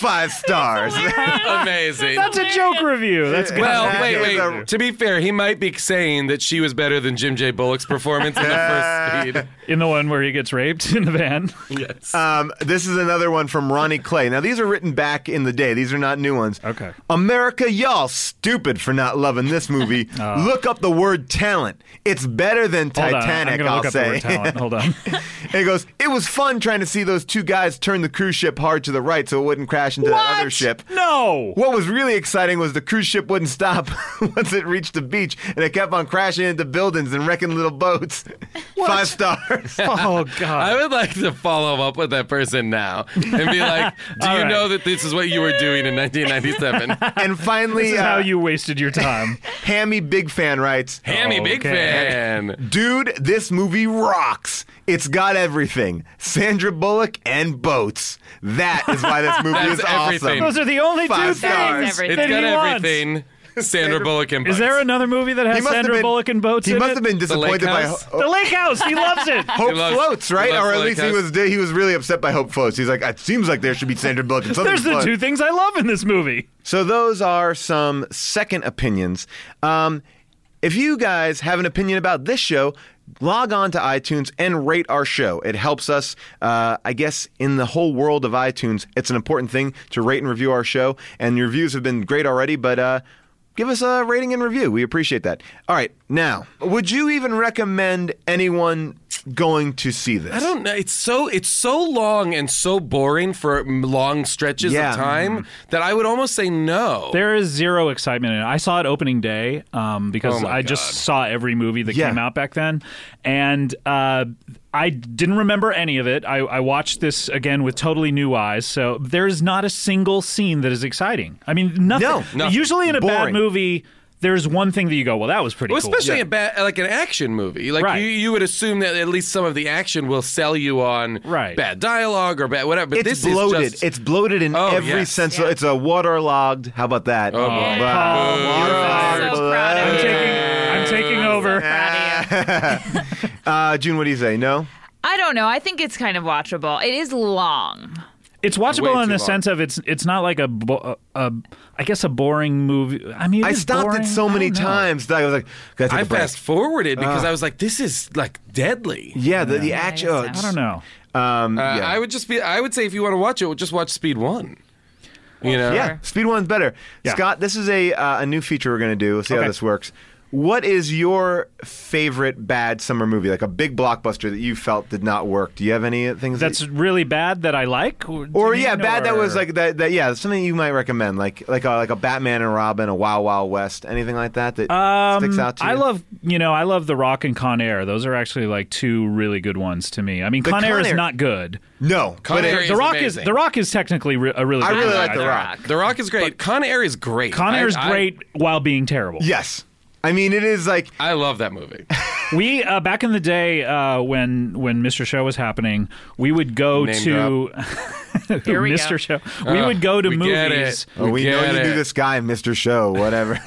Five stars.
Amazing.
That's a joke review. That's good.
well, wait,
That is
wait.
a-
To be fair, he might be saying that she was better than Jim J. Bullock's performance in the first speed.
In the one where he gets raped in the van.
Yes.
Um, this is another one from Ronnie Clay. Now, these are written back in the day. These are not new ones.
Okay.
America, y'all stupid for not loving this movie. Look up the word talent. It's better than
Uh. Hold on,
Titanic,
I'm gonna
I'll
look up the
say.
word talent. Hold on.
and he goes, It was fun trying to see those two guys turn the cruise ship hard to the right so it wouldn't crash into that other ship.
No.
What was really exciting was the cruise ship wouldn't stop once it reached the beach, and it kept on crashing into buildings and wrecking little boats. Five stars.
Oh
I
God.
would like to follow up with that person now and be like, "Do you
All right.
know that this is what you were doing in 1997?"
and finally,
This is
uh,
how you wasted your time.
Hammy Big Fan writes,
Hammy, big
Okay.
fan.
Dude, this movie rocks. It's got everything. Sandra Bullock and boats. That is why this movie
That's
is awesome.
everything.
Those are the only two
Five stars.
things.
It's
It's
that
got
he wants.
everything. Sandra Bullock and
Is
butts.
there another movie that has
must have
Sandra
been-
Bullock and boats
He
in
must
it?
have been disappointed by
House?
Ho-
The Lake House. He loves it.
Hope
loves-
Floats,
he
right?
loves
Or at
Lake
least he
House.
was he was really upset by Hope Floats. He's like, it seems like there should be Sandra Bullock and something
There's the
floats."
two things I love in this movie.
So those are some second opinions. Um, if you guys have an opinion about this show, log on to iTunes and rate our show. It helps us, uh, I guess, in the whole world of iTunes. It's an important thing to rate and review our show, and your reviews have been great already. But uh, give us a rating and review. We appreciate that. All right, now, would you even recommend anyone going to see this?
I don't know. It's so it's so long and so boring for m- long stretches
Yeah.
of time that I would almost say no.
There is zero excitement in it. I saw it opening day um, because
Oh my
I
God.
just saw every movie that
Yeah.
came out back then, and uh, I didn't remember any of it. I, I watched this again with totally new eyes. So there is not a single scene that is exciting. I mean, nothing.
No,
nothing.
Usually in a
Boring.
bad movie, there's one thing that you go, "Well, that was pretty
Well,
cool."
especially a ba- like an action movie. Like
Right.
you, you would assume that at least some of the action will sell you on
Right.
bad dialogue or bad whatever. But
it's
this
bloated.
is just
it's bloated in
Oh,
every
yes.
sense. of- It's a waterlogged. How about that?
Oh, boy.
Wow.
Boo.
Waterlogged.
So proud of
I'm
you.
taking, I'm taking over.
Proud of you.
Uh, June, what do you say? No.
I don't know. I think it's kind of watchable. It is long.
It's
Way
watchable
too
in the
long.
sense of it's it's not like a, bo- a, a I guess a boring movie. I mean, it
I
is
stopped
boring.
it so
I
many
don't know.
times that I was like, gotta take
I
a break.
fast forwarded because I was like, this is like deadly.
Yeah, the, the action.
I
oh,
guess
I don't know.
Um,
Uh,
yeah.
I would just be. I would say if you want to watch it, just watch Speed One. You know.
yeah, speed one's better.
Yeah.
Scott, this is a uh, a new feature we're gonna do. We'll see how
Okay.
this works. What is your favorite bad summer movie? Like a big blockbuster that you felt did not work. Do you have any things? that-
That's really bad that I like. Or, do
or
you
yeah,
mean,
bad that
or-
was like that. that yeah, something you might recommend, like like a, like a Batman and Robin, a Wild Wild West, anything like that that
Um,
sticks out to you.
I love you know I love The Rock and Con Air. Those are actually like two really good ones to me. I mean,
But
Con, Air
Con
is
Air-
not good.
no,
Con
but it-
Air
The Rock
amazing.
is The Rock is technically re- a really.
I
Good
really
movie,
like The
think.
Rock.
The Rock is great. Con Air is great.
Con Air is
I- I-
great while being terrible.
yes. I mean, it is like
I love that movie.
We uh, back in the day uh, when when Mr. Show was happening, we would go
Name
to
Here we go.
Mr. Show. We
Uh,
would go to
we get
movies.
it.
Oh, we know
get
you
it.
do this guy, Mr. Show, whatever.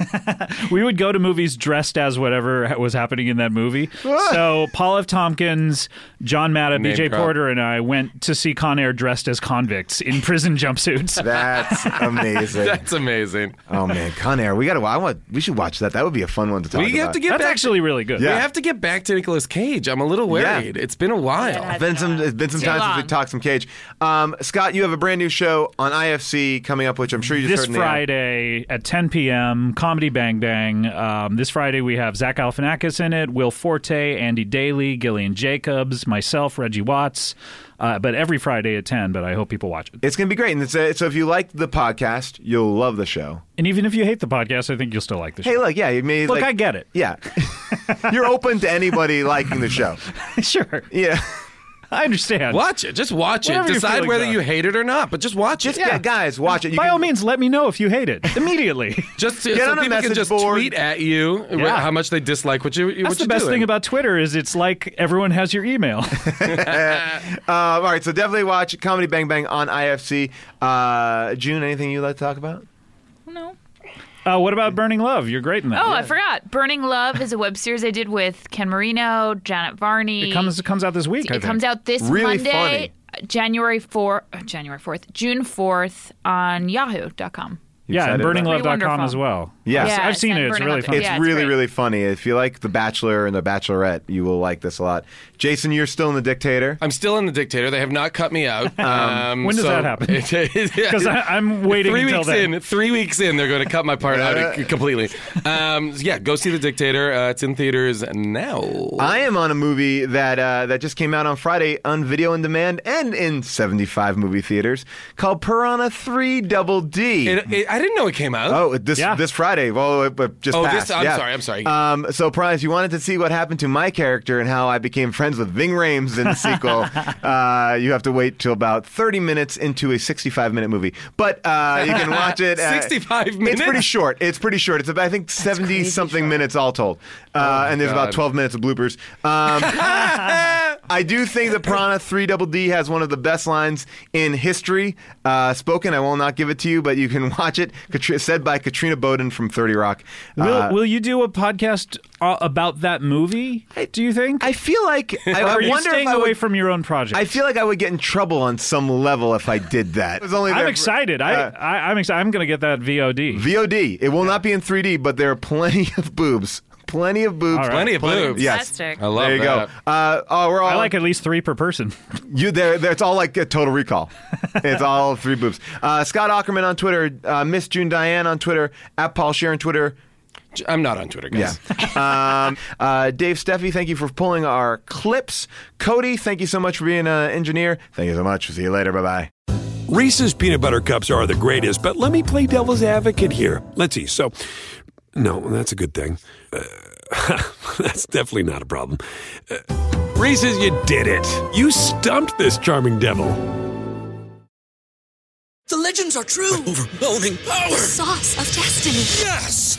We would go to movies dressed as whatever was happening in that movie. so Paul F. Tompkins, John Matta,
Name
BJ
drop.
Porter, and I went to see Con Air dressed as convicts in prison jumpsuits.
That's amazing.
That's amazing.
Oh man, Con Air. We gotta. I want. We should watch that. That would be a fun one to talk
We
about.
have to get back
really good.
We
Yeah.
have to get back to Nicolas Cage. I'm a little
Yeah.
worried. It's been a while.
It's been some. It's been some
Too
time
long.
since we talked some Cage. Um, Scott, you have a brand new show on IFC coming up, which I'm sure you just heard
this
in the ad.
Friday at 10 p.m. Comedy Bang Bang. Um, this Friday we have Zach Galifianakis in it, Will Forte, Andy Daly, Gillian Jacobs, myself, Reggie Watts. Uh, but every Friday at 10. But I hope people watch it.
It's gonna be great, and it's a, so if you like the podcast, you'll love the show.
And even if you hate the podcast, I think you'll still like the show.
Hey, look, yeah, you may
Look,
like-
I get it.
Yeah, you're open to anybody liking the show.
sure.
Yeah,
I understand.
Watch it. Just watch
Whatever
it.
your
Decide
feelings
whether
are.
you hate it or not, but just watch
just
it.
yeah, guys, watch it. You
By
can-
all means, let me know if you hate it immediately.
Just so
Get on a
people can
message
just
board.
tweet at you
Yeah.
how much they dislike what you.
That's
what
the
you're
best
doing.
thing about Twitter is it's like everyone has your email.
Uh, all right, so definitely watch Comedy Bang Bang on IFC. Uh, June, anything you'd like to talk about?
No.
Uh, what about Burning Love? You're great in that.
Oh, I forgot. Burning Love is a web series I did with Ken Marino, Janet Varney.
It comes it comes out this week. I
It
think.
comes out this
Really
Monday, January 4th, January 4th, June 4th on yahoo.com.
You
yeah, and
excited about
Pretty
burninglove.com
wonderful.
as well.
Yeah.
I've- I've
Yes,
seen
and
it. It's
Burning
really
Love.
fun.
It's
Yeah, it's
really,
great.
really funny. If you like The Bachelor and The Bachelorette, you will like this a lot. Jason, you're still in The Dictator.
I'm still in the dictator. They have not cut me out. Um,
When does
so-
that happen? Because I'm waiting
Three
until
weeks
then.
in, three weeks in, they're going to cut my part out
Uh.
completely. Um, yeah, go see the Dictator. Uh, it's in theaters now.
I am on a movie that uh, that just came out on Friday on video on demand and in 75 movie theaters called Piranha 3 Double D.
It, it, I didn't know it came out.
Oh, this
Yeah.
this Friday. Well, it, it just
Oh, this-
passed.
I'm
yeah.
sorry, I'm sorry.
Um, so, Prime, if you wanted to see what happened to my character and how I became friends with Ving Rhames in the sequel, uh, you have to wait till about 30 minutes into a 65 minute movie. But uh, you can watch it. at-
65
It's
minutes?
pretty short. It's pretty short. It's about I think 70 something minutes all told, uh, and there's
Oh, God.
about 12 minutes of bloopers. Um, I do think that Piranha 3 Double D has one of the best lines in history. Uh, spoken, I will not give it to you, but you can watch it. Katri- said by Katrina Bowden from 30 Rock.
Will,
Uh,
will you do a podcast uh, about that movie? Do you think?
I feel like I, I
Or are you
wonder
staying
if I
away
would-
from your own project?
I feel like I would get in trouble on some level if I did that. It was only there
I'm
for-
excited.
uh,
I, I I'm excited. I'm going to get that VOD.
VOD. It will not be in 3D, but there are plenty of boobs. Plenty of boobs.
All right.
Plenty of boobs.
Yes.
Fantastic.
I love
there you
that.
go. Uh, oh, we're all
I like at least three per person.
You there? there- It's all like a Total Recall. it's all three boobs. Uh, Scott Ackerman on Twitter, uh, Miss June Diane on Twitter, at Paul Sharon Twitter.
I'm not on Twitter,
Yeah.
guys.
um, uh, Dave Steffi, thank you for pulling our clips. Cody, thank you so much for being an engineer. Thank you so much. See you later. Bye bye.
Reese's peanut butter cups are the greatest, but let me play devil's advocate here. Let's see. So, no, that's a good thing. Uh, that's definitely not a problem. Uh, Reese's, you did it. You stumped this charming devil.
The legends are true.
Overwhelming
power!
Sauce of destiny.
Yes!